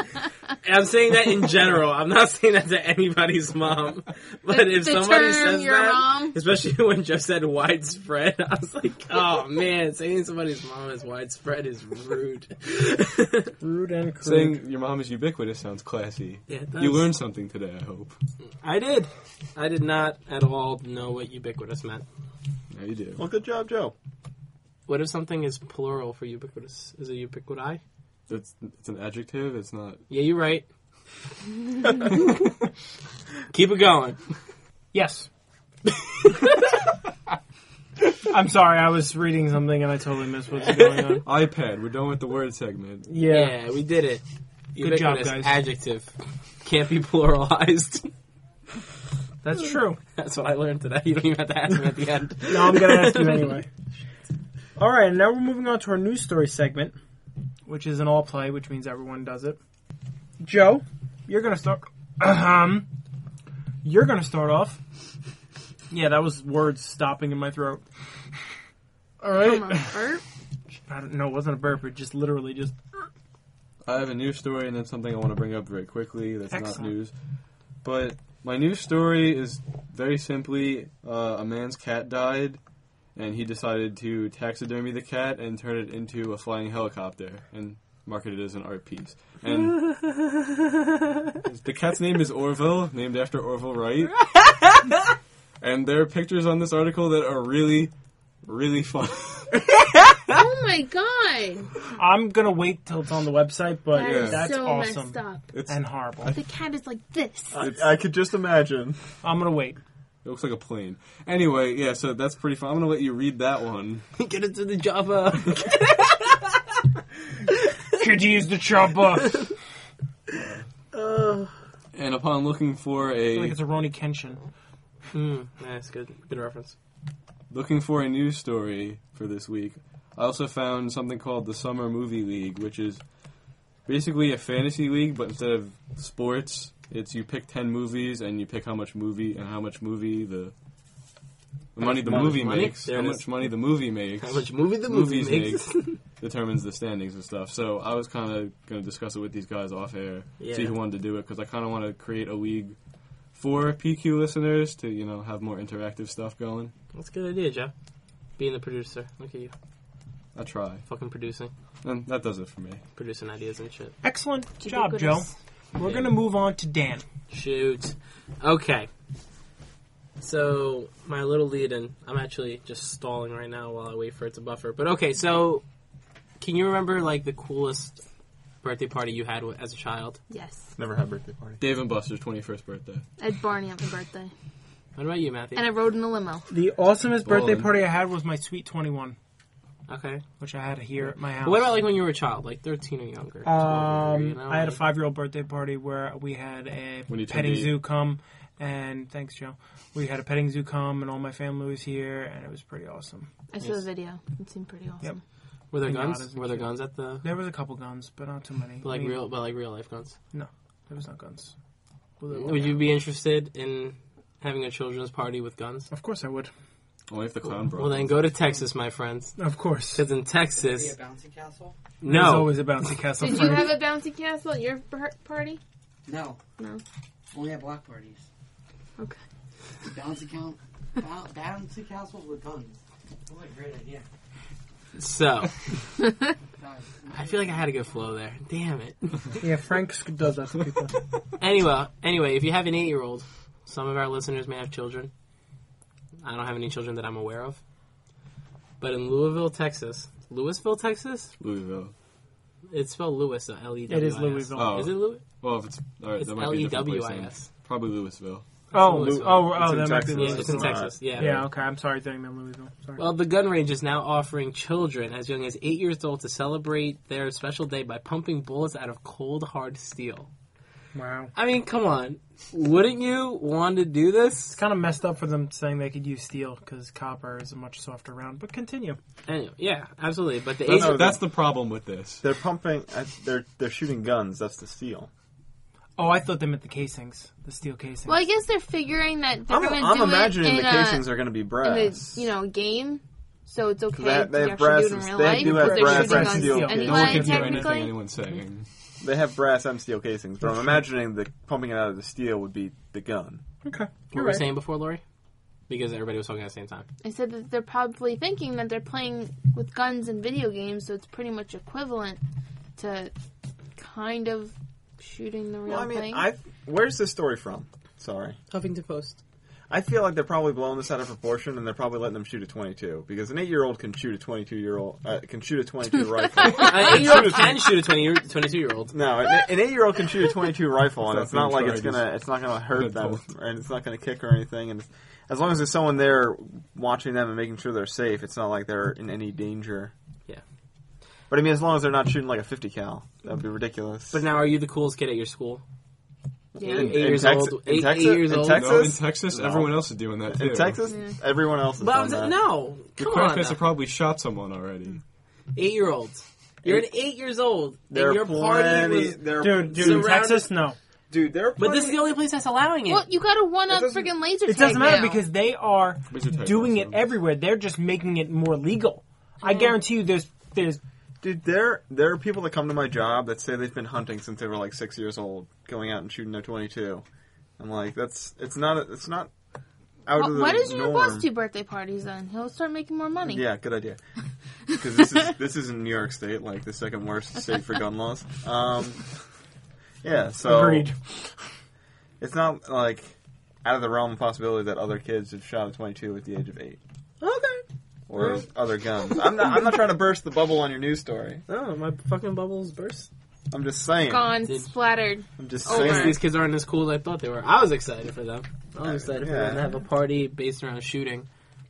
B: And I'm saying that in general. I'm not saying that to anybody's mom. But
E: The-
B: if
E: the
B: somebody
E: term,
B: says
E: your
B: that,
E: mom.
B: especially when Jeff said widespread, I was like, oh man, saying somebody's mom is widespread is rude.
A: Rude and crude.
C: Saying your mom is ubiquitous sounds classy.
B: Yeah, it
C: You
B: does.
C: learned something today, I hope.
B: I did. I did not at all know what ubiquitous meant.
C: Yeah, you do.
D: Well, good job, Joe.
B: What if something is plural for ubiquitous? Is it ubiquiti?
C: It's, it's an adjective. It's not.
B: Yeah, you're right. Keep it going.
A: Yes. I'm sorry, I was reading something and I totally missed what's going on.
C: iPad. We're done with the word segment.
A: Yeah.
B: Yeah, we did it.
A: Good job, guys.
B: Adjective can't be pluralized.
A: That's true.
B: That's what I learned today. You don't even have to ask me at the end.
A: No, I'm going to ask you anyway. All right, now we're moving on to our news story segment, which is an all play, which means everyone does it. Joe, you're going to start. Ahem. You're going to start off. Yeah, that was words stopping in my throat. All
E: From
A: right.
E: a burp?
A: I don't know. It wasn't a burp. It just literally just.
C: I have a news story and then something I want to bring up very quickly that's
A: Excellent.
C: not news. But my news story is very simply uh, a man's cat died, and he decided to taxidermy the cat and turn it into a flying helicopter and market it as an art piece. And the cat's name is Orville, named after Orville Wright. and there are pictures on this article that are really, really fun.
E: Oh my god!
A: I'm going to wait till it's on the website, but
E: That
C: Yeah.
E: is
A: that's
E: so
A: awesome
E: messed up.
C: It's,
A: and
C: it
A: horrible.
E: The cat is like this.
D: I, I could just imagine.
A: I'm going to wait.
C: looks like a plane. Anyway, yeah, so that's pretty fun. I'm going to let you read that one.
B: Get into the Java.
A: Could you use the chopper?
C: And upon looking for
A: like
C: a
A: it's a Roni Kenshin.
B: mm, that's good. Good reference.
C: looking for a news story for this week, I also found something called the Summer Movie League, which is basically a fantasy league, but instead of sports, it's you pick ten movies and you pick how much movie and how much movie the the money the
B: How much
C: movie
B: money?
C: makes,
B: There
C: how
B: it
C: much
B: is.
C: money the movie makes,
B: How much movie the movie
C: Movies
B: makes?
C: determines the standings and stuff. So I was kind of going to discuss it with these guys off air, see
B: Yeah.
C: who wanted to do it, because I kind of want to create a league for PQ listeners to you know have more interactive stuff going.
B: that's a good idea, Jeff. Being the producer. Look at you,
C: I try,
B: fucking producing,
C: and that does it for me.
B: producing ideas and shit.
A: Excellent job, Joe.
E: Ubiquitous.
A: We're
B: Yeah.
A: gonna move on to Dan.
B: Shoot. Okay. So my little lead in I'm actually just stalling right now while I wait for it to buffer. But okay, so can you remember like the coolest birthday party you had with- as a child?
E: Yes.
D: Never had a birthday party.
C: Dave and Buster's 21st birthday.
E: I had Barney on my birthday.
B: What about you, Matthew?
E: And I rode in a limo.
A: The awesomest birthday
C: Ballin'.
A: party I had was my sweet twenty-one,
B: okay.
A: which I had here at my house.
B: But what about like when you were a child, like 13 or younger? 12 or younger,
A: um,
B: you know,
A: I had a
B: like-
A: five-year-old birthday party where we had a
C: When you turned
A: petting
C: eight.
A: zoo come, and thanks, Joe. We had a petting zoo come, and all my family was here, and it was pretty awesome.
E: I saw the video. It seemed pretty awesome.
B: Were there
A: Yeah,
B: guns?
A: that's
B: Were there
A: cute.
B: guns at the
A: There was a couple guns, but not too many.
B: like
A: I mean,
B: real, but like real life guns?
A: There was no guns. Well, there
B: Would
A: were.
B: you be interested in having a children's party with guns?
A: Of course I would.
C: Only if the clown broke.
B: Well, then go to Texas, my friends.
A: Of course.
B: Because in Texas,
F: Be a bouncy castle?
A: There's
B: no,
A: always a bouncy castle.
E: Did
A: for
E: you
A: me.
E: have a bouncy castle at your bar- party?
F: No.
E: No.
F: Only at block parties.
E: Okay.
F: Bouncy count. Boun- bouncy castles with guns. What a great idea.
B: so.
F: Guys,
B: I feel like I had a good flow there. Damn it.
A: Yeah, Frank does that to people.
B: anyway, anyway, if you have an eight-year-old, some of our listeners may have children. I don't have any children that I'm aware of. But in Louisville, Texas, Louisville, Texas,
C: Louisville.
B: it's spelled Louis, so L E W.
A: It is Louisville.
C: Oh.
B: Is it Louis?
C: Well, if it's all right,
B: It's
C: that might
B: L
C: be
B: E
C: a different
B: W
C: place.
B: I
C: then.
B: S.
C: Probably Louisville.
A: Oh,
B: Louisville.
A: oh, oh,
D: It's in
A: that might be
D: Texas.
B: Yeah,
A: Louisville.
B: it's in
D: Louisville.
B: Texas. Yeah.
A: Yeah, okay. I'm sorry, I meant Louisville. Sorry.
B: Well, the gun range is now offering children as young as eight years old to celebrate their special day by pumping bullets out of cold, hard steel.
A: wow.
B: I mean, come on. Wouldn't you want to do this?
A: It's kind of messed up for them saying they could use steel because copper is a much softer round. But continue.
B: Anyway, yeah, absolutely. But the
D: No,
B: eight.
D: no,
C: That's the problem with this.
D: They're pumping. uh, They're they're shooting guns. That's the steel.
A: Oh, I thought they meant the casings, the steel casings.
E: Well, I guess they're figuring that they're
D: I'm,
E: going to
D: I'm
E: do
D: imagining
E: it in
D: the
E: a,
D: casings are going to be
E: in a,
D: brass.
E: you know, game. so it's okay.
D: That- they
E: to
D: have brass
E: actually do
D: and-
E: it in real
D: they
E: life.
D: do have
E: but they're
D: brass
A: and
E: shooting guns
A: steel. Yeah,
E: anyway,
C: no one can hear anything
E: technically.
C: anyone's saying.
D: They have brass and steel casings, but I'm imagining the pumping it out of the steel would be the gun.
A: Okay.
B: What
A: You're
B: were you
A: right.
B: saying before, Lori? Because everybody was talking at the same time.
E: I said that they're probably thinking that they're playing with guns in video games, so it's pretty much equivalent to kind of shooting the real
D: Well, I mean,
E: thing.
D: I where's this story from? Sorry.
B: Huffington Post.
D: I feel like they're probably blowing this out of proportion, and they're probably letting them shoot a 22 because an eight-year-old can shoot a 22-year-old uh, can shoot a 22 rifle.
B: An eight-year-old can shoot a 20 year, 22-year-old.
D: No, an an eight-year-old can shoot a 22 rifle, and
C: Without
D: it's not
C: being
D: like
C: tried
D: it's
C: as
D: gonna it's not gonna hurt
C: an
D: them,
C: adult.
D: and it's not gonna kick or anything. And it's- as long as there's someone there watching them and making sure they're safe, it's not like they're in any danger.
B: Yeah.
D: But I mean, as long as they're not shooting like a 50 cal, that would be ridiculous.
B: But now, are you the coolest kid at your school?
E: yeah.
B: Eight
D: in
B: years
D: Texas-
B: old.
D: in
B: Eight,
D: Texas-
B: eight years
D: in
B: old.
D: Texas?
C: No, in Texas,
D: No.
C: everyone else is doing that too.
D: in Texas, everyone else is
B: But I
D: on
B: was,
D: that.
B: no,
C: your
B: come on.
C: parents have probably shot someone already.
B: Eight-year-olds. You're an eight years old,
D: There
B: and
D: are
B: your party
D: plenty.
B: was.
D: There are,
A: Dude, dude,
B: Surrounded-
A: Texas, no.
D: dude, there are
B: But
D: plenty.
B: this is the only place that's allowing it.
E: Well, you got a one up
D: It doesn't-
E: freaking laser
A: It doesn't
E: tag
A: matter
E: now.
A: because they are
C: Laser tag
A: doing it
C: also.
A: everywhere. They're just making it more legal. I guarantee you, there's there's
D: Dude, there there are people that come to my job that say they've been hunting since they were like six years old, going out and shooting their twenty two. I'm like, that's it's not it's not out of
E: Well,
D: the
E: why does your
D: norm.
E: boss do birthday parties then? He'll start making more money.
D: Yeah, good idea. Because this is this is in New York State, like the second worst state for gun laws. Um, yeah, so
A: agreed.
D: it's not like out of the realm of possibility that other kids have shot a twenty two at the age of eight
B: okay.
D: or other guns. I'm not I'm not trying to burst the bubble on your news story.
B: Oh, my fucking bubbles burst.
D: I'm just saying.
E: Gone,
B: Did-
E: splattered.
D: I'm just
E: Over.
D: saying.
B: These kids aren't as cool as I thought they were. I was excited for them. I was excited for
D: Yeah.
B: them to have a party based around shooting.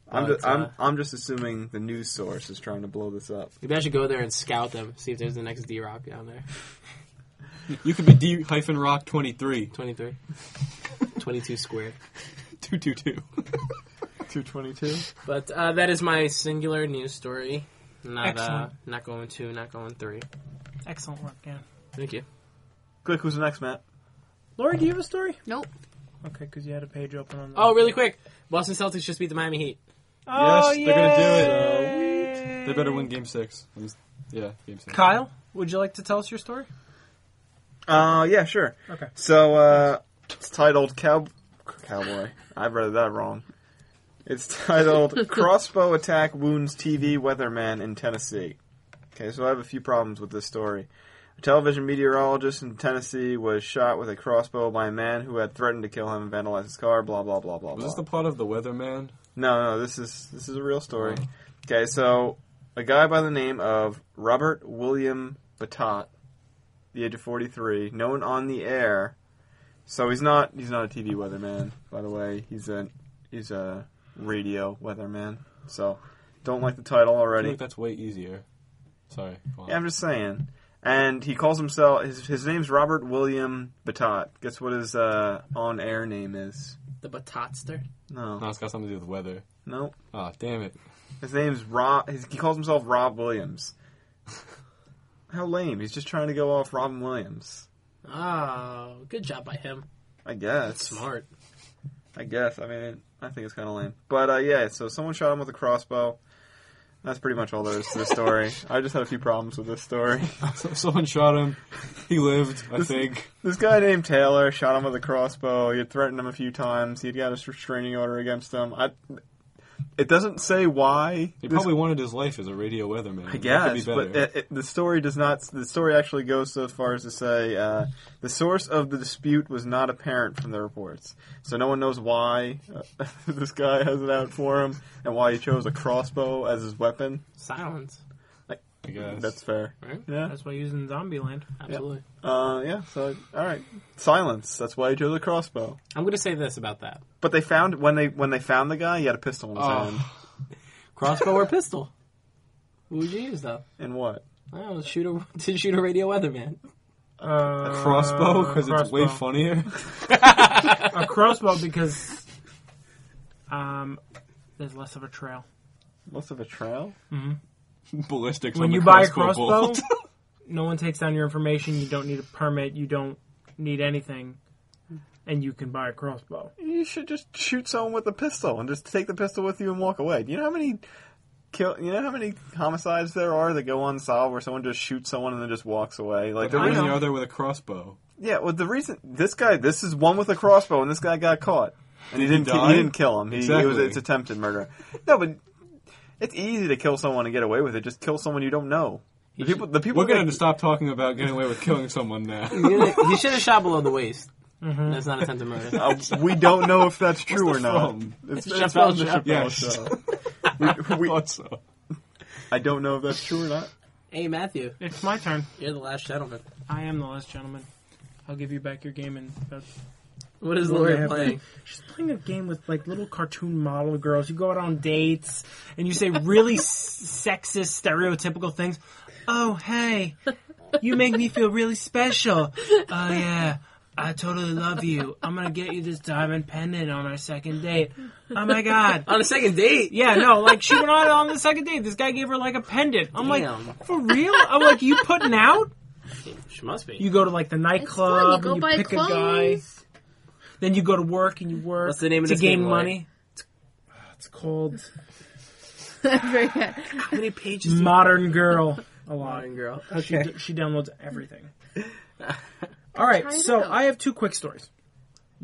D: I'm
B: But,
D: just, I'm,
B: uh,
D: I'm just assuming the news source is trying to blow this up.
B: Maybe I should go there and scout them, see if there's the next D Rock down there.
C: You could be D hyphen rock 23.
B: 23. 22 squared.
C: 222.
D: 222.
B: But uh, that is my singular news story. Not uh,
A: Excellent.
B: not going two, not going three.
A: Excellent work, Dan.
B: Thank you.
D: Click. Who's next, Matt?
A: Laura, do you have a story?
E: Nope.
A: Okay, because you had a page open on. The-
B: Oh, really quick. Boston Celtics just beat the Miami Heat.
A: Oh,
C: Yes, they're gonna do
A: yay.
C: They better win game six. I'm s- yeah, game six.
A: Kyle, would you like to tell us your story?
D: Uh, yeah, sure.
A: Okay.
D: So, uh, it's titled Cow- Cowboy. I read that wrong. It's titled Crossbow Attack Wounds TV Weatherman in Tennessee. Okay, so I have a few problems with this story. A television meteorologist in Tennessee was shot with a crossbow by a man who had threatened to kill him and vandalize his car, blah, blah, blah, blah,
C: Was
D: blah.
C: this the plot of The Weatherman?
D: No, no, this is this is a real story. Okay, so a guy by the name of Robert William Batat, the age of forty three, known on the air. So he's not he's not a TV weatherman, by the way. He's a he's a radio weatherman. So don't like the title
C: I
D: already.
C: think that's way easier. Sorry. go on.
D: Yeah, I'm just saying. And he calls himself his his name's Robert William Batat. Guess what his uh, on air name is?
B: The Batatster.
D: No,
C: No, it's got something to do with weather.
D: no.
C: Ah, damn it.
D: His name's Rob. His, he calls himself Rob Williams. How lame! He's just trying to go off Robin Williams.
B: Oh, good job by him.
D: I guess.
B: Smart.
D: I guess. I mean, I think it's kind of lame. But uh, yeah, so someone shot him with a crossbow. That's pretty much all there is to the story. I just had a few problems with this story.
C: So- Someone shot him. He lived, I
D: This-
C: think.
D: This guy named Taylor shot him with a crossbow. He had threatened him a few times. He had got a restraining order against him. I. It doesn't say why.
C: He
D: this
C: probably wanted his life as a radio weatherman.
D: I
C: That
D: guess,
C: could be
D: but
C: better.
D: it, it, the story does not. The story actually goes so far as to say uh, the source of the dispute was not apparent from the reports, so no one knows why uh, this guy has it out for him and why he chose a crossbow as his weapon.
B: Silence.
C: I guess.
D: That's fair.
B: Right?
D: Yeah.
A: That's why he's in Zombieland.
B: Absolutely.
D: Uh, yeah. So all right, silence. That's why he chose a crossbow.
B: I'm going to say this about that
D: But they found when they when they found the guy, he had a pistol in his
C: Oh.
D: hand.
B: crossbow or pistol. What would you use, though?
D: And what?
B: I don't know, shoot a, to shoot a radio weatherman.
A: Uh,
C: a crossbow? Because it's way
A: crossbow.
C: funnier.
A: A crossbow because um, there's less of a trail.
D: Less of a trail.
C: Ballistics
A: when
C: on
A: you
C: the
A: buy a
C: crossbow
A: crossbow,
C: bolt.
A: no one takes down your information. You don't need a permit. You don't need anything, and you can buy a crossbow.
D: You should just shoot someone with a pistol and just take the pistol with you and walk away. Do you know how many kill. You know how many homicides there are that go unsolved where someone just shoots someone and then just walks away? Like
C: Like
D: the
C: one
D: reason,
C: the other with a crossbow.
D: yeah. Well, the reason this guy, this is one with a crossbow, and this guy got caught, and he
C: Did he
D: didn't. ki-
C: die?
D: he didn't kill him. He, it was
C: Exactly.
D: it's attempted murder. No, but it's easy to kill someone and get away with it. Just kill someone you don't know. The people, the people.
C: We're gonna
D: that-
C: have to stop talking about getting away with killing someone now.
B: he should have shot below the waist. That's not attempted murder.
D: Uh, we don't know if that's true or
C: What's the
D: not.
C: film?
B: It's
D: It's, it's
B: Chappelle
D: from the
B: Show.
D: Chappelle
C: Yes.
D: Show.
C: we, thought so.
D: I don't know if that's true or not.
B: Hey, Matthew,
A: It's my turn.
B: you're the last gentleman.
A: I am the last gentleman. I'll give you back your game and about
B: What is
A: What
B: Lori
A: happened?
B: playing?
A: She's playing a game with like little cartoon model girls. You go out on dates and you say really s- sexist, stereotypical things. Oh, hey, you make me feel really special. Oh yeah, I totally love you. I'm gonna get you this diamond pendant on our second date. Oh my god.
B: On a second date?
A: Yeah, no, like she went on on the second date. This guy gave her like a pendant. I'm
B: Damn.
A: like, for real? I'm like, you putting out?
B: She must be.
A: You go to like the
E: It's fun. You
A: nightclub
E: go
A: and you
E: buy
A: pick
E: clothes.
A: a guy. Then you go to work and you work.
B: What's the name of
A: to
B: this
A: gain
B: game, Lori?
A: money? It's, it's called
E: Very good.
B: How many pages? do you-
A: Modern Girl. A lot.
B: Modern girl.
A: She, d- she downloads everything. All right,
E: Tied
A: so
E: up.
A: I have two quick stories.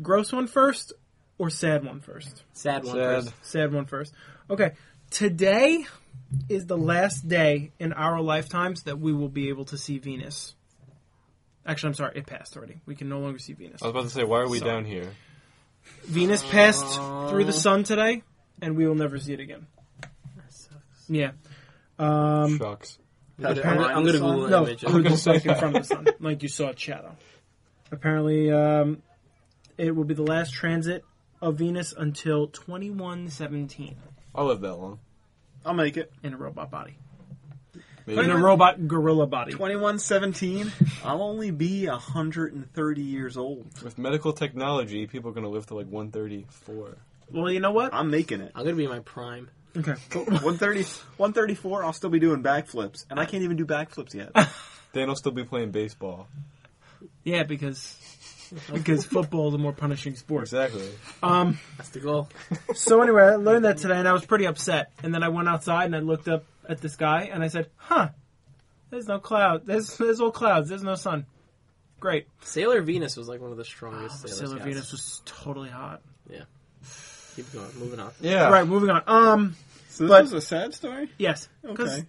A: Gross one first, or sad one first.
B: Sad one.
C: Sad.
B: first.
A: Sad one first. Okay, today is the last day in our lifetimes that we will be able to see Venus. Actually, I'm sorry, it passed already. We can no longer see Venus.
C: I was about to say, why are we
A: So-
C: down here?
A: Venus passed through the sun today, and we will never see it again. Yeah. Um,
C: Shucks.
B: I'm gonna, I'm gonna Google
A: no,
B: image.
A: through the sun, in front of the sun, like you saw its shadow. Apparently, um, it will be the last transit of Venus until 2117
C: I'll live that long.
D: I'll make it.
A: in a robot body,
C: Maybe.
A: in a robot gorilla body.
D: 2117. I'll only be 130 years old.
C: With medical technology, people are gonna live to like 134.
A: Well, you know what?
D: I'm making it.
B: I'm gonna be in my prime.
A: Okay.
D: 130, 134. I'll still be doing backflips, and I can't even do backflips yet.
C: Then I'll still be playing baseball.
A: Yeah, because because football is a more punishing sport.
C: Exactly.
A: Um.
B: That's the goal.
A: So anyway, I learned that today, and I was pretty upset. And then I went outside and I looked up at the sky, and I said, "Huh, there's no cloud. There's there's no clouds. There's no sun. Great."
B: Sailor Venus was like one of the strongest.
A: Sailor
B: sailors.
A: Venus was totally hot.
B: Keep going. Moving on.
C: Yeah.
A: Right, moving on. Um,
D: So this
A: But-
D: was a sad story.
A: yes. 'Cause
D: Okay.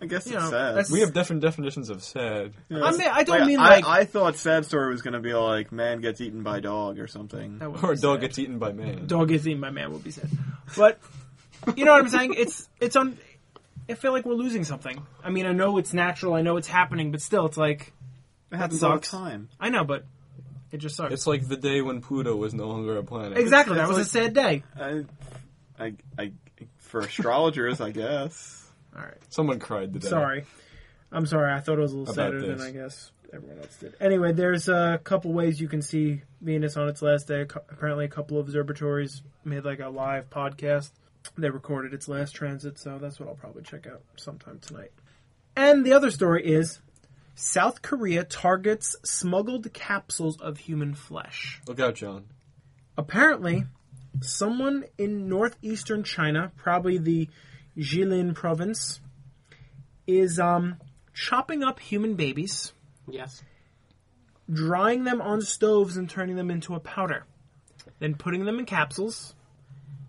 D: I guess
A: you
D: it's
A: know,
D: sad.
A: that's-
C: We have different definitions of sad.
D: Yeah.
A: I mean, I don't mean
D: I,
A: like
D: I thought sad story was gonna be like man gets eaten by dog or something.
A: That would
C: Or a
A: be
C: dog
A: sad.
C: gets eaten by man.
A: dog gets eaten by man would be sad. But you know what I'm saying? It's it's on. I feel like we're losing something. I mean, I know it's natural. I know it's happening, but still, it's like
D: It happens all the
A: sucks.
D: time.
A: I know, but it just sucks.
C: It's like the day when Pluto was no longer a planet.
A: exactly.
D: it's-
A: that was
D: it's
A: a sad day.
D: I, I, I, for astrologers, I guess.
A: All right.
C: Someone cried today.
A: Sorry. I'm sorry. I thought it was a little
C: About
A: sadder than
C: this.
A: I guess everyone else did. Anyway, there's a couple ways you can see Venus on its last day. Co- Apparently, a couple of observatories made like a live podcast. They recorded its last transit, so that's what I'll probably check out sometime tonight. And the other story is South Korea targets smuggled capsules of human flesh.
C: Look out, John.
A: Apparently, someone in northeastern China, probably the Jilin province, is um, chopping up human babies,
B: Yes.
A: drying them on stoves, and turning them into a powder. Then putting them in capsules.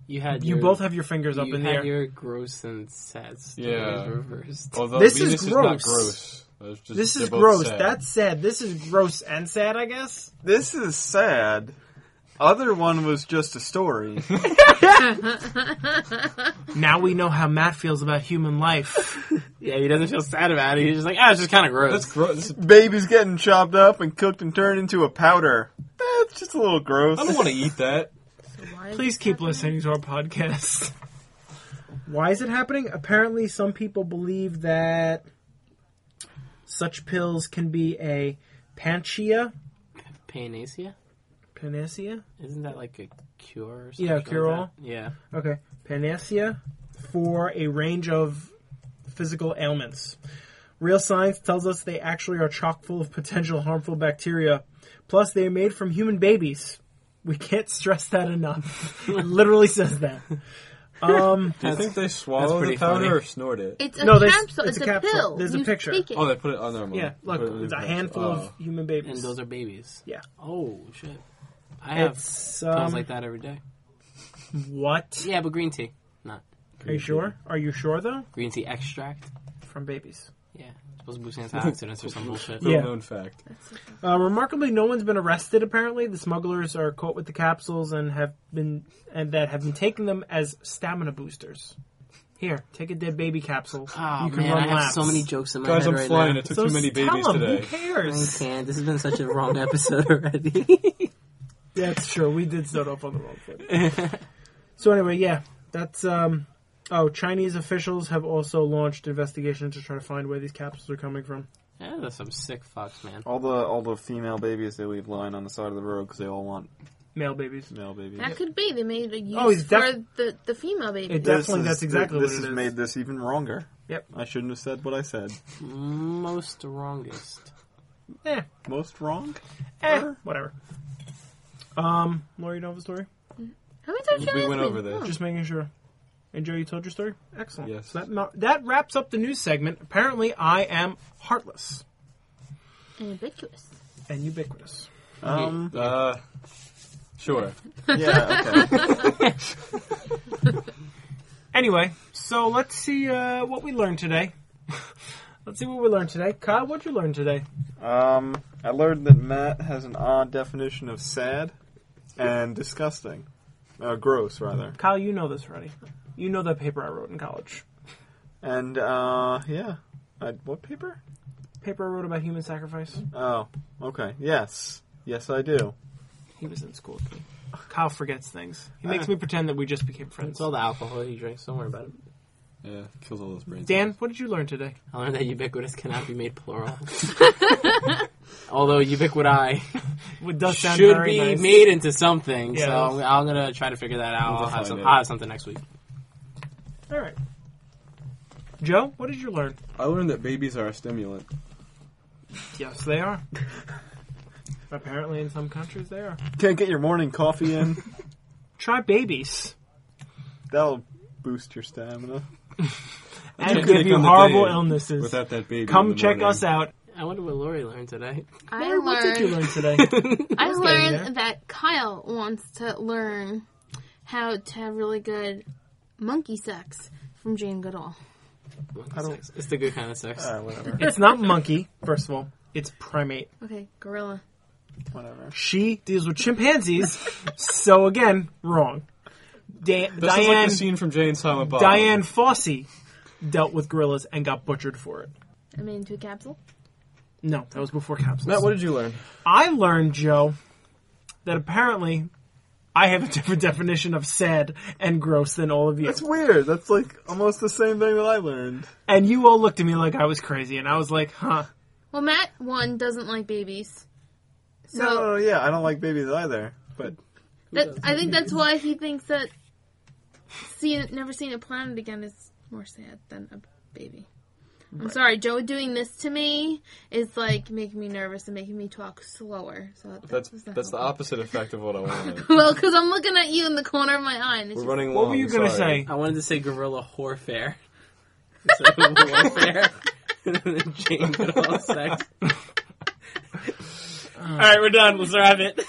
B: You had
A: You
B: your,
A: both have your fingers up
B: you
A: in the
B: had
A: air.
B: your gross and sad stories
C: Yeah.
B: reversed.
C: Although
A: This is
C: Venus not
A: gross.
C: gross. That's just-
A: This
C: they're
A: is
C: both
A: gross.
C: sad.
A: That's sad. This is gross and sad, I guess.
D: This is sad. Other one was just a story.
A: Now we know how Matt feels about human life.
B: Yeah, he doesn't feel sad about it. He's just like, ah, it's just kind of gross.
C: That's gross. This is-
D: Baby's getting chopped up and cooked and turned into a powder. That's just a little gross.
C: I don't want to eat that.
A: Please keep listening to our podcast. Why is it happening? Apparently, some people believe that such pills can be a panacea.
B: Painasia?
A: Panacea?
B: Isn't that like a cure or something?
A: Yeah,
B: like
A: cure-all.
B: that? yeah.
A: Okay. Panacea for a range of physical ailments. Real science tells us they actually are chock full of potential harmful bacteria. Plus, they are made from human babies. We can't stress that enough. it literally says that. Um,
C: Do you think they swallow the
B: pretty
C: powder
B: funny.
C: or snort it?
E: It's a
A: No, there's-
E: capsule.
A: it's
E: It's,
A: a
E: a,
A: capsule.
E: pill.
A: There's a
E: You
A: picture.
E: stick it.
C: oh, they put it on their mouth.
A: yeah, look,
C: Put it in
A: it's a
C: their mouth. Oh.
A: handful of human
B: and
A: babies.
B: those are babies.
A: Yeah.
B: Oh shit. I have
A: It's
B: pills
A: um,
B: like that every day.
A: what?
B: Yeah, but green tea,
A: Are you sure? Are you sure though?
B: green tea extract.
A: From babies.
B: Yeah, it's supposed to boost antioxidants or some bullshit.
C: No
A: Yeah.
C: known fact.
A: Uh, remarkably, no one's been arrested. Apparently, the smugglers are caught with the capsules and have been and that have been taking them as stamina boosters. Here, take a dead baby capsule.
B: Oh
A: you can
B: man,
A: run
B: I have
A: laps.
B: so many jokes in my
C: Guys,
B: head
C: I'm
B: right
C: flying.
B: now.
C: It took
A: So
C: too many
A: tell
C: babies
A: 'em,
C: today.
A: Who
B: I
A: cares?
B: can't. This has been such a wrong episode already.
A: Yeah, it's true. We did start off on the wrong foot. so anyway, yeah, that's um. Oh, Chinese officials have also launched investigations to try to find where these capsules are coming from.
B: yeah, that's some sick fucks, man.
D: All the all the female babies they leave lying on the side of the road because they all want
A: Male babies.
D: male babies.
E: That could be. They made a use
A: Oh, he's
E: for
A: def-
E: the, the female baby.
A: It
D: This
A: definitely.
D: is-
A: that's exactly
D: this
A: what
D: has
A: it is.
D: made this even wronger.
A: Yep.
D: I shouldn't have said what I said.
B: Most wrongest.
A: Eh,
D: Most wrong.
A: eh, whatever. Um, Laura, you don't have a story.
E: How many times did
C: We
E: I
C: went
E: ask
C: over
E: me?
C: this.
E: Oh.
A: Just making sure. And Joe, you told your story? Excellent.
C: Yes.
A: So that, mar- that wraps up the news segment. Apparently, I am heartless
E: And ubiquitous.
A: and ubiquitous.
D: Um.
C: Uh, sure.
D: Yeah. Okay.
A: Anyway, so let's see uh, what we learned today. let's see what we learned today. Kyle, what'd you learn today?
D: um. I learned that Matt has an odd definition of sad and disgusting, uh, gross rather.
A: Kyle, you know this already. You know that paper I wrote in college.
D: And uh, yeah. I, what paper?
A: Paper I wrote about human sacrifice.
D: Oh. Okay. Yes. Yes, I do.
A: He was in school with me. Kyle forgets things. He makes me pretend that we just became friends.
B: It's all the alcohol he drinks. Don't worry about it.
C: Yeah, kills all those brains.
A: Dan, what did you learn today?
B: I learned that ubiquitous cannot be made plural. Although ubiquiti
A: What does sound
B: should
A: very
B: be
A: nice.
B: made into something,
A: Yeah.
B: so I'm gonna try to figure that out.
C: We'll
B: I'll have,
C: define
B: some,
C: it.
B: I'll have something next week.
A: All right. Joe, what did you learn?
C: I learned that babies are a stimulant.
A: Yes, they are. Apparently, in some countries, they are.
D: Can't get your morning coffee in.
A: Try babies.
D: That'll boost your stamina.
A: And
C: Can't
A: give
C: take
A: you
C: on the
A: horrible
C: day
A: illnesses.
C: Without that baby. in
A: Come
C: the
A: check
C: morning.
A: us out.
B: I wonder what Lori learned today.
E: I
A: Lori,
E: learned.
A: what did you learn today?
E: I
A: was getting
E: learned that Kyle wants to learn how to have really good monkey sex from Jane Goodall.
B: Monkey sex. It's the good kind of
A: Uh,
B: sex.
D: Ah, whatever.
A: it's not monkey, first of all. It's primate.
E: Okay, gorilla.
D: Whatever.
A: She deals with chimpanzees, so again, wrong. Da-
C: This is like
A: Diane
C: the scene from Jane Silent Bob.
A: Diane Fossey dealt with gorillas and got butchered for it.
E: I made into a capsule.
A: No, that was before capsules.
C: Matt, what did you learn?
A: I learned, Joe, that apparently I have a different definition of sad and gross than all of you.
D: That's weird. That's like almost the same thing that I learned.
A: And you all looked at me like I was crazy, and I was like, huh.
E: Well, Matt one doesn't like babies, so
D: No, no, no, yeah, I don't like babies either. But
E: that I think that's why he thinks that seeing never seeing a planet again is more sad than a baby. I'm sorry, Joe doing this to me is like making me nervous and making me talk slower. So that-
C: That's
E: was not
C: that's the
E: helpful.
C: opposite effect of what I wanted.
E: Well, because I'm looking at you in the corner of my eye. And it's
C: We're
E: just,
C: running long.
A: What were you going to
C: sorry.
A: say?
B: I wanted to say gorilla warfare. So, warfare. Jane Goodall sex. All right, we're done. Let's wrap it.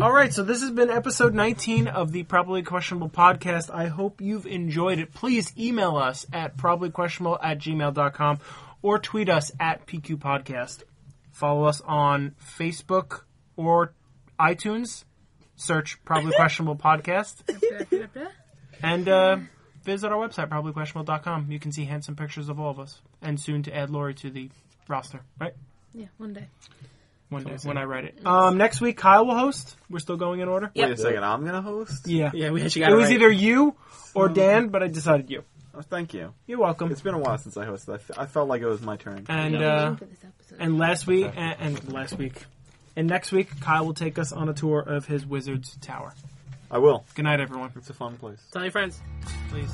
A: All right, so this has been episode 19 of the Probably Questionable podcast. I hope you've enjoyed it. Please email us at probablyquestionable at gmail.com or tweet us at PQ Podcast. Follow us on Facebook or iTunes. Search Probably Questionable Podcast. And uh, visit our website, probablyquestionable.com. You can see handsome pictures of all of us. And soon to add Lori to the roster, right?
E: yeah, one day.
A: One day when I write it. Um, next week, Kyle will host. We're still going in order.
D: wait a second, I'm gonna host.
A: Yeah.
B: Yeah, we actually got
A: It
B: it
A: was
B: right.
A: either you or Dan, but I decided you.
D: Oh, thank you.
A: You're welcome.
D: It's been a while since I hosted. I, fe- I felt like it was my turn.
A: And
E: Thank you
A: uh,
E: for this episode.
A: and last week and, and last week and next week, Kyle will take us on a tour of his Wizards Tower.
D: I will.
A: Good night, everyone.
D: It's a fun place.
B: Tell your friends.
A: Please.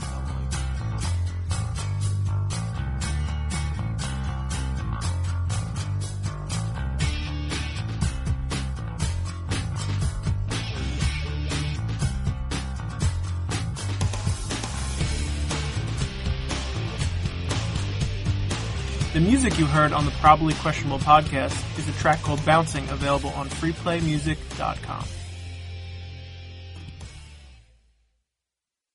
A: The music you heard on the Probably Questionable podcast is a track called Bouncing, available on freeplaymusic.com.